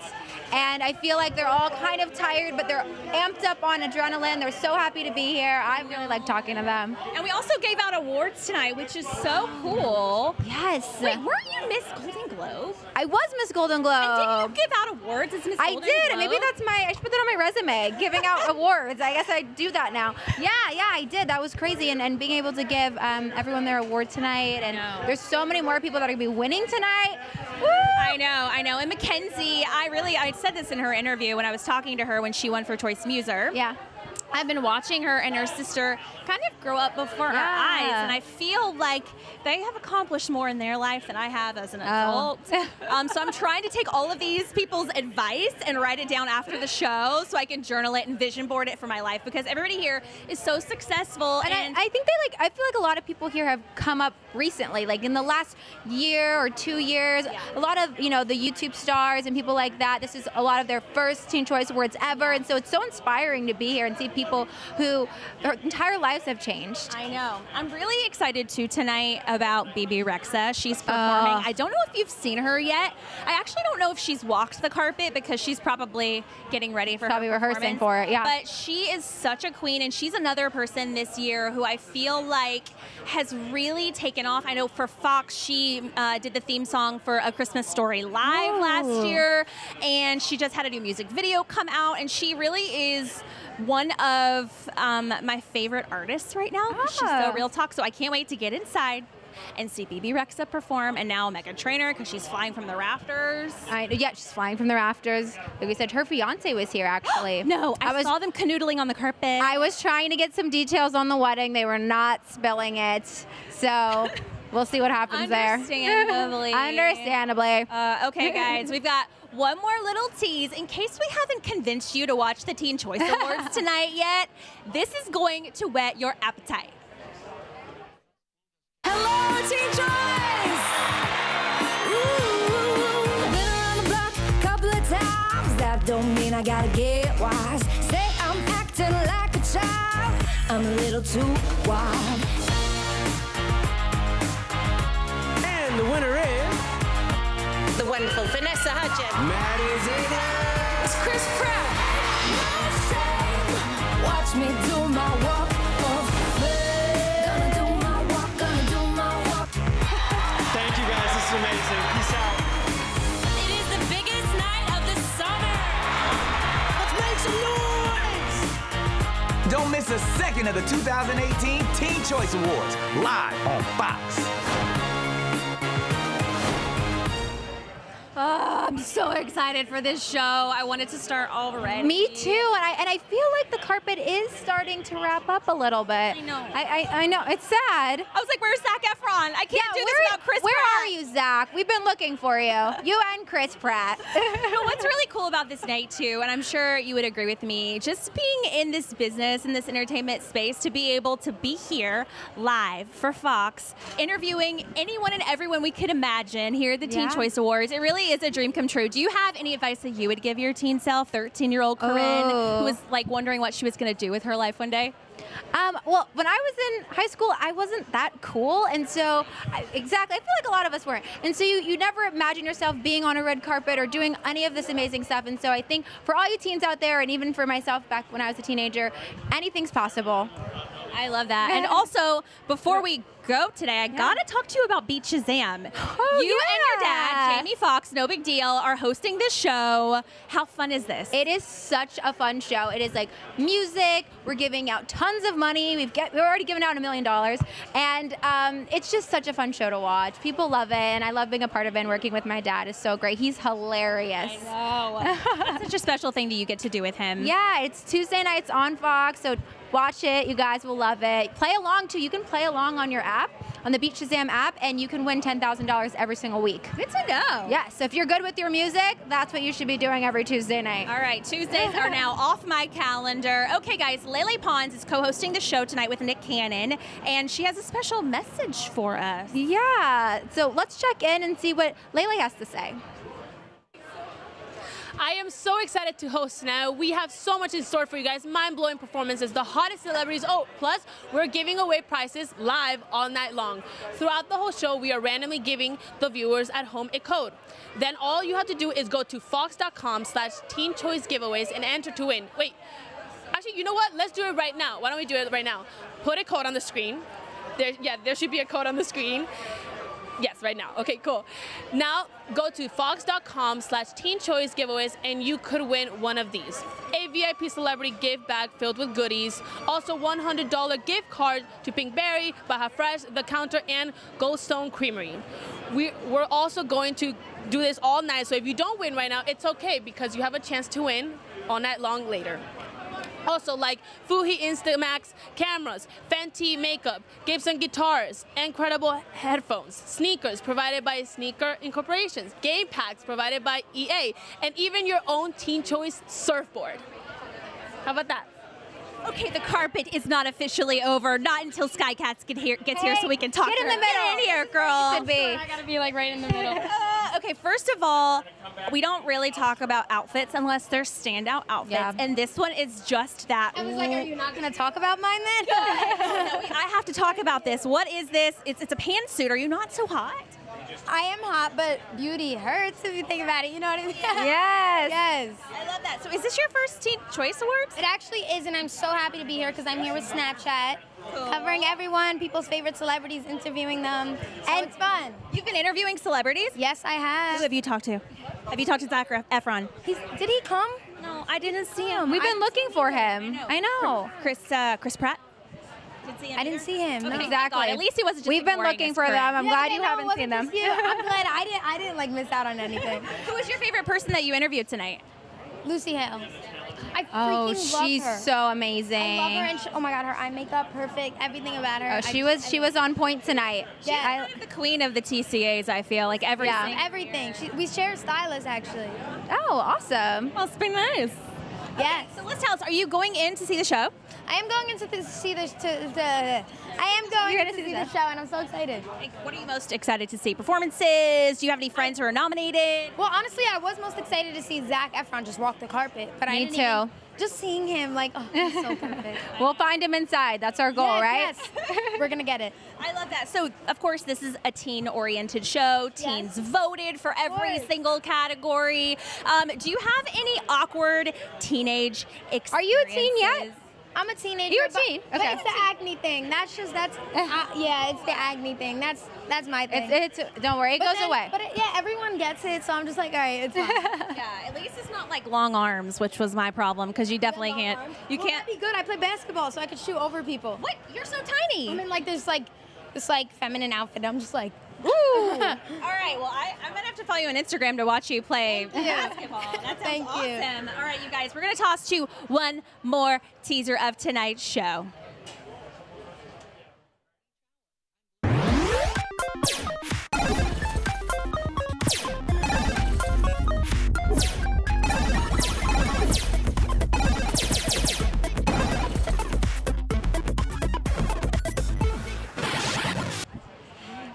and I feel like they're all kind of tired, but they're amped up on adrenaline. They're so happy to be here. I really like talking to them.
And we also gave out awards tonight, which is so cool.
Yes.
Wait, weren't you Miss Golden Globe?
I was Miss Golden Globe.
And didn't you give out awards as Miss
I
Golden
did.
Globe?
Maybe that's my. I should put that on my resume. Giving out awards. I guess I do that now. Yeah, yeah, I did. That was crazy. And, and being able to give um, everyone their award tonight. And there's so many more people that are gonna be winning tonight.
I know, I know. And Mackenzie, I really, I said this in her interview when I was talking to her when she won for Choice Muser.
Yeah.
I've been watching her and her sister kind of grow up before our eyes,
Yeah.
and I feel like they have accomplished more in their life than I have as an
Oh.
adult. um, so I'm trying to take all of these people's advice and write it down after the show so I can journal it and vision board it for my life because everybody here is so successful.
And, I, I think they like. I feel like a lot of people here have come up recently, like in the last year or two years. A lot of you know the YouTube stars and people like that. This is a lot of their first Teen Choice Awards ever, and so it's so inspiring to be here and see people who their entire lives have changed.
I know. I'm really excited too tonight about BB Rexa. She's performing. I don't know if you've seen her yet. I actually don't know if she's walked the carpet because she's probably getting ready for
Probably
her
rehearsing
performance.
for it, yeah.
But she is such a queen, and she's another person this year who I feel like has really taken off. I know for Fox, she uh, did the theme song for A Christmas Story live last
Ooh.
year year, and she just had a new music video come out and she really is one of um, my favorite artists right now 'cause she's so
Ah.
real talk so i can't wait to get inside and see bb rexa perform and now megan trainer because she's flying from the rafters
I know. Yeah, she's flying from the rafters. Like we said, her fiance was here actually.
no i,
was-
saw them canoodling on the carpet
I was trying to get some details on the wedding. They were not spilling it, so we'll see what happens
Understandably.
there. Understandably.
Uh, okay, guys, we've got one more little tease. In case we haven't convinced you to watch the Teen Choice Awards tonight yet, this is going to whet your appetite.
Hello, Teen Choice! Ooh, been around the block a couple of times. That don't mean I gotta get wise. Say I'm acting like a child. I'm a little too wild.
And the winner is the wonderful Vanessa Hudgens. Maddie Ziegler. It's Chris Pratt.
Watch me do my walk of fame. Gonna do my walk, gonna do my walk.
Thank you guys. This is amazing. Peace out.
It is the biggest night of the summer. Let's make some noise.
Don't miss a second of the 2018 Teen Choice Awards live on Fox.
Oh, I'm so excited for this show. I wanted to start already.
Me too, and I and I feel like the carpet is starting to wrap up a little bit. I know. I I, know. It's sad.
I was like, "Where's Zac Efron? I can't do this without Chris
Where
Pratt."
are you, Zach? We've been looking for you. You and Chris Pratt.
but what's really cool about this night too, and I'm sure you would agree with me, just being in this business in this entertainment space to be able to be here live for Fox, interviewing anyone and everyone we could imagine here at the
Yeah.
Teen Choice Awards. It really is a dream come true. Do you have any advice that you would give your teen self, 13 year old Corinne,
Oh.
who was like wondering what she was going to do with her life one day?
Um, well, when I was in high school, I wasn't that cool, and so I, exactly, I feel like a lot of us weren't. And so you, you never imagine yourself being on a red carpet or doing any of this amazing stuff. And so I think for all you teens out there, and even for myself back when I was a teenager, anything's possible.
I love that. And also, before we go today, I gotta talk to you about Beat Shazam.
Oh,
you and your
yeah.
dad, Jamie Foxx, no big deal, are hosting this show. How fun is this?
It is such a fun show. It is like music. We're giving out tons of money. We've get, we've already given out a million dollars, and um, it's just such a fun show to watch. People love it, and I love being a part of it. And working with my dad is so great. He's hilarious.
I know. It's such a special thing that you get to do with him.
Yeah, it's Tuesday nights on Fox, so watch it. You guys will love it. Play along too. You can play along on your app, on the Beat Shazam app, and you can win ten thousand dollars every single week.
Good to know.
Yeah, so if you're good with your music, that's what you should be doing every Tuesday night.
All right, Tuesdays are now off my calendar. Okay, guys, Lele Pons is co hosting the show tonight with Nick Cannon, and she has a special message for us.
Yeah, so let's check in and see what Lele has to say.
I am so excited to host now. We have so much in store for you guys. Mind-blowing performances, the hottest celebrities. Oh, plus we're giving away prizes live all night long. Throughout the whole show, we are randomly giving the viewers at home a code. Then all you have to do is go to fox.com slash teen choice giveaways and enter to win. Wait, actually, you know what? Let's do it right now. Why don't we do it right now? Put a code on the screen. There, yeah, there should be a code on the screen. Yes, right now. Okay, cool. Now go to fox.com slash teen choice giveaways and you could win one of these. A VIP celebrity gift bag filled with goodies. Also $100 gift card to Pinkberry, Baja Fresh, The Counter, and Goldstone Creamery. We, we're also going to do this all night. So if you don't win right now, it's okay because you have a chance to win all night long later. Also, like Fuhi Instamax cameras, Fenty makeup, Gibson guitars, incredible headphones, sneakers provided by Sneaker Incorporations, game packs provided by EA, and even your own Teen Choice surfboard. How about that?
Okay, the carpet is not officially over. Not until Skycats get here, gets here, so we can talk.
get
to
in
her.
the middle.
Get in here,
This is
girl.
where you should be. I gotta be, like, right in the middle.
Uh, okay, first of all, we don't really talk about outfits unless they're standout outfits,
Yeah.
and this one is just that.
I was like, are you not gonna talk about mine then?
No, we- I have to talk about this. What is this? It's it's a pantsuit. Are you not so hot?
I
am hot, but beauty hurts if you think about it. You know what I mean?
Yes.
Yes.
I love that. So, is this your first Teen Choice Awards?
It
actually is, and I'm so happy to be here because I'm here with Snapchat, covering everyone, people's favorite celebrities, interviewing them, and it's fun.
You've been interviewing celebrities?
Yes, I have.
Who have you talked to? Have you talked to Zach Efron?
He's, did he come?
No, I didn't see him.
Oh, We've been looking for him. I know.
Chris uh, Chris Pratt.
I didn't see him. no.
Okay, thank
Exactly.
God. At least he wasn't just
We've been
ignoring
looking
us
for
for it.
them. I'm
Yeah,
glad
I
you
know, it
haven't
wasn't
seen them.
just you. I'm
glad I didn't. I didn't like miss out on anything.
Who was your favorite person that you interviewed tonight?
Lucy Hale. I freaking
Oh,
love
she's
her.
so
I love her,
amazing.
and she, oh my god, her eye makeup, perfect, everything about her.
Oh,
I
she
just-
was-
I
she
love
was on point tonight. Yeah, I, the queen of the TCAs. I feel like every
Yeah,
single
everything. She, we share a stylist actually.
Oh, awesome. Well, it's been nice. Yes. so let's tell us, are you going in to see the show?
I am going into to see the. To, to, I am going to see, the, show, and I'm so excited.
What are you most excited to see? Performances? Do you have any friends who are nominated?
Well, honestly, I was most excited to see Zach Efron just walk the carpet, but I
Me
didn't
too.
even- just seeing him, like, oh, he's so perfect.
We'll find him inside. That's our
goal, Yes, right? We're gonna get it.
I love that. So, of course, this is a teen-oriented show. Teens voted for every single category. Um, do you have any awkward teenage experiences? Are you a teen yet?
I'm a teenager.
You're a
but-
teen.
But
Okay.
it's the acne thing. That's just that's uh, yeah. It's the acne thing. That's that's my thing.
It's- don't worry, it
But
goes
then-
away.
But it, yeah, everyone gets it, so I'm just like, all right, it's fine.
yeah, at least it's not like long arms, which was my problem because you definitely can't. You
Well,
can't.
that'd be good. I play basketball, so I could shoot over people.
What? You're so tiny.
I'm in like this like this like feminine outfit. I'm just like, ooh.
All right. Well, I, I'm gonna have to follow you on Instagram to watch you play basketball. That sounds
Thank you.
awesome. All right, you guys, we're gonna toss to one more teaser of tonight's show.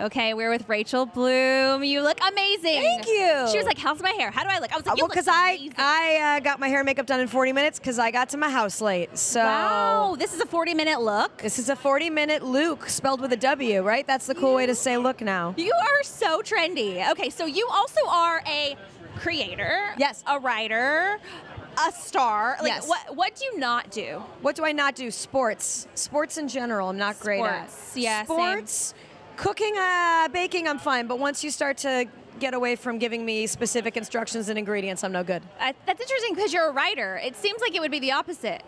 Okay, we're with Rachel Bloom. You look amazing.
Thank you.
She was like, "How's my hair? How do I look?" I was
Uh,
like, "You
well,
look
because I I uh, got my hair and makeup done in 40 minutes because I got to my house late. So
Wow, this is a 40 minute look.
This is a 40 minute Luke spelled with a W, right? That's the cool way to say look now.
You are so trendy. Okay, so you also are a creator. Yes. A writer. a star. Like
Yes.
what what do you not do?
What do I not do? Sports. Sports in general, I'm not great
Sports.
at.
Yeah, same.
Sports, cooking, uh, baking, I'm fine. But once you start to get away from giving me specific instructions and ingredients, I'm no good.
I, Uh, that's interesting because you're a writer. It seems like it would be the opposite.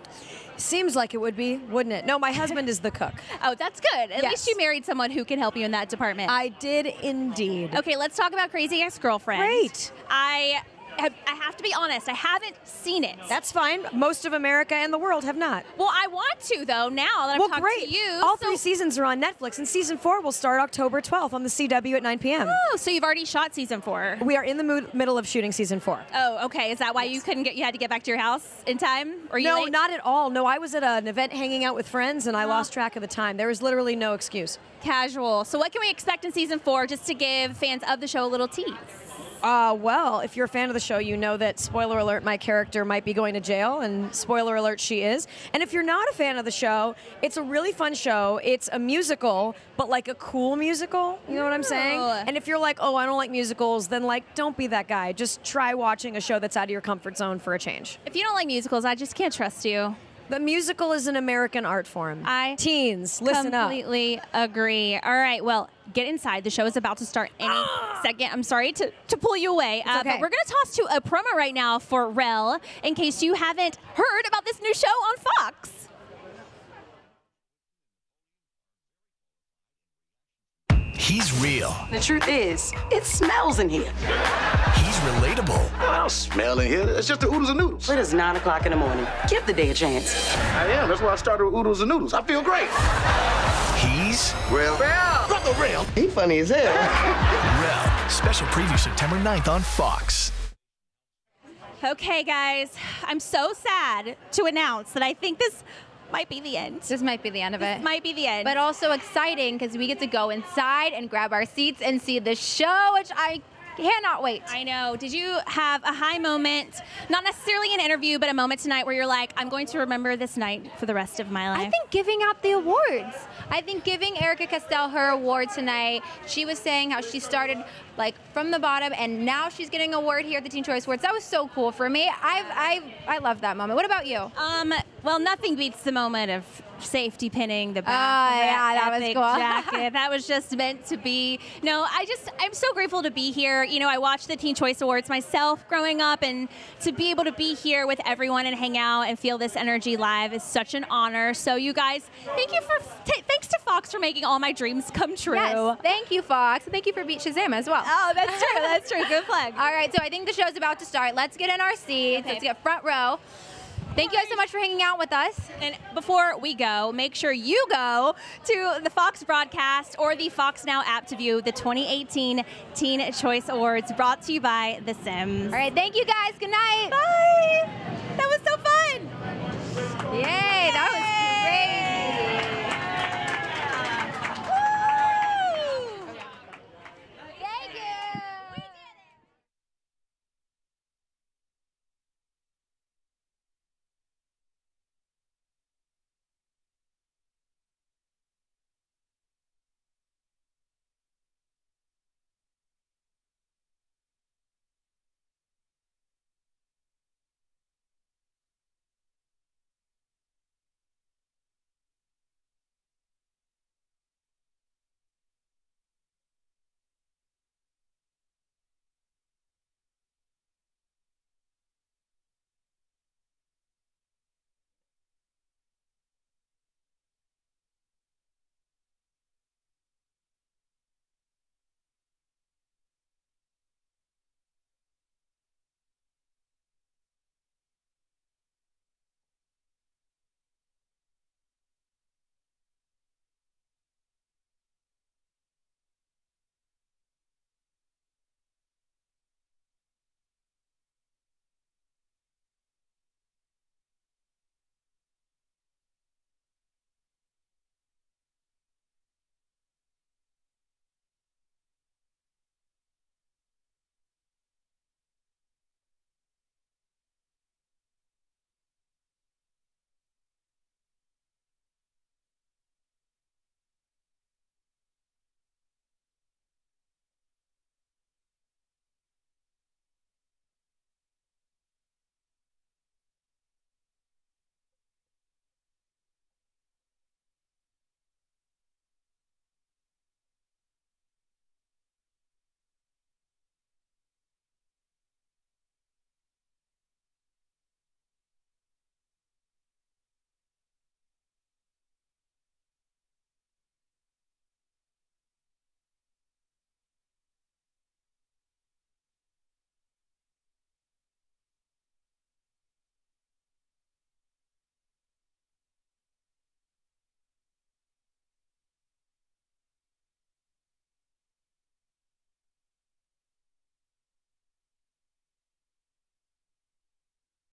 Seems like it would be, wouldn't it? No, my husband is the cook.
Oh, that's good. At least you married someone who can help you in that department. I
did indeed.
Okay, let's talk about Crazy Ex-Girlfriend. Great. I have, I have to be honest. I haven't seen it.
That's fine. Most of America and the world have not.
Well, I want to though. Now that I've
well,
talked
great.
to you,
All three seasons are on Netflix, and season four will start October 12th on the CW at 9 p.m.
Oh, so you've already shot season four.
We are in the mo- middle of shooting season four.
Oh, okay. Is that why you couldn't get? You had to get back to your house in time, or you?
no,
late?
not at all. No, I was at an event hanging out with friends, and I lost track of the time. There was literally no excuse.
Oh. casual. So what can we expect in season four? Just to give fans of the show a little tease.
Uh, well, if you're a fan of the show, you know that, spoiler alert, my character might be going to jail, and spoiler alert, she is. And if you're not a fan of the show, it's a really fun show. It's a musical, but like a cool musical. You know what I'm saying?
Ooh.
And if you're like, oh, I don't like musicals, then like, don't be that guy. Just try watching a show that's out of your comfort zone for a change.
If you don't like musicals, I just can't trust you.
The musical is an American art form.
I
teens, listen up.
completely agree. All right, well, get inside. The show is about to start any second. I'm sorry to, to pull you away, uh, but
okay.
we're going to toss to a promo right now for Rel in case you haven't heard about this new show on Fox.
He's real.
The truth is, it smells in here.
He's relatable.
Oh, I don't smell in here. It's just the oodles and noodles. It is nine o'clock in the morning. Give the day a chance. I am. That's why I started with oodles and noodles. I feel great.
He's real.
Real.
Brother real.
He funny as hell.
Real. Special preview September 9th on Fox.
Okay, guys, I'm so sad to announce that I think this might be the end. This
might be the end of it.
Might be the end.
But also exciting because we get to go inside and grab our seats and see the show, which I cannot wait.
I know. Did you have a high moment? Not necessarily an interview, but a moment tonight where you're like, I'm going to remember this night for the rest of my life.
I think giving out the awards. I think giving Erica Castell her award tonight. She was saying how she started like from the bottom and now she's getting an award here at the Teen Choice Awards. That was so cool for me. I've I I love that moment. What about you?
Um, well, nothing beats the moment of safety pinning the back.
Oh,
of
yeah, that was
epic
cool.
Jacket. That was just meant to be. No, I just, I'm so grateful to be here. You know, I watched the Teen Choice Awards myself growing up, and to be able to be here with everyone and hang out and feel this energy live is such an honor. So, you guys, thank you for, t- thanks to Fox for making all my dreams come true.
Yes. Thank you, Fox. Thank you for beat Shazam as well.
Oh, that's true. That's true. Good plug.
All right, so I think the show's about to start. Let's get in our seats. Let's get front row. Thank you guys so much for hanging out with us.
And before we go, make sure you go to the Fox broadcast or the Fox Now app to view the 2018 Teen Choice Awards brought to you by The Sims. All
right, thank you guys. Good night.
Bye.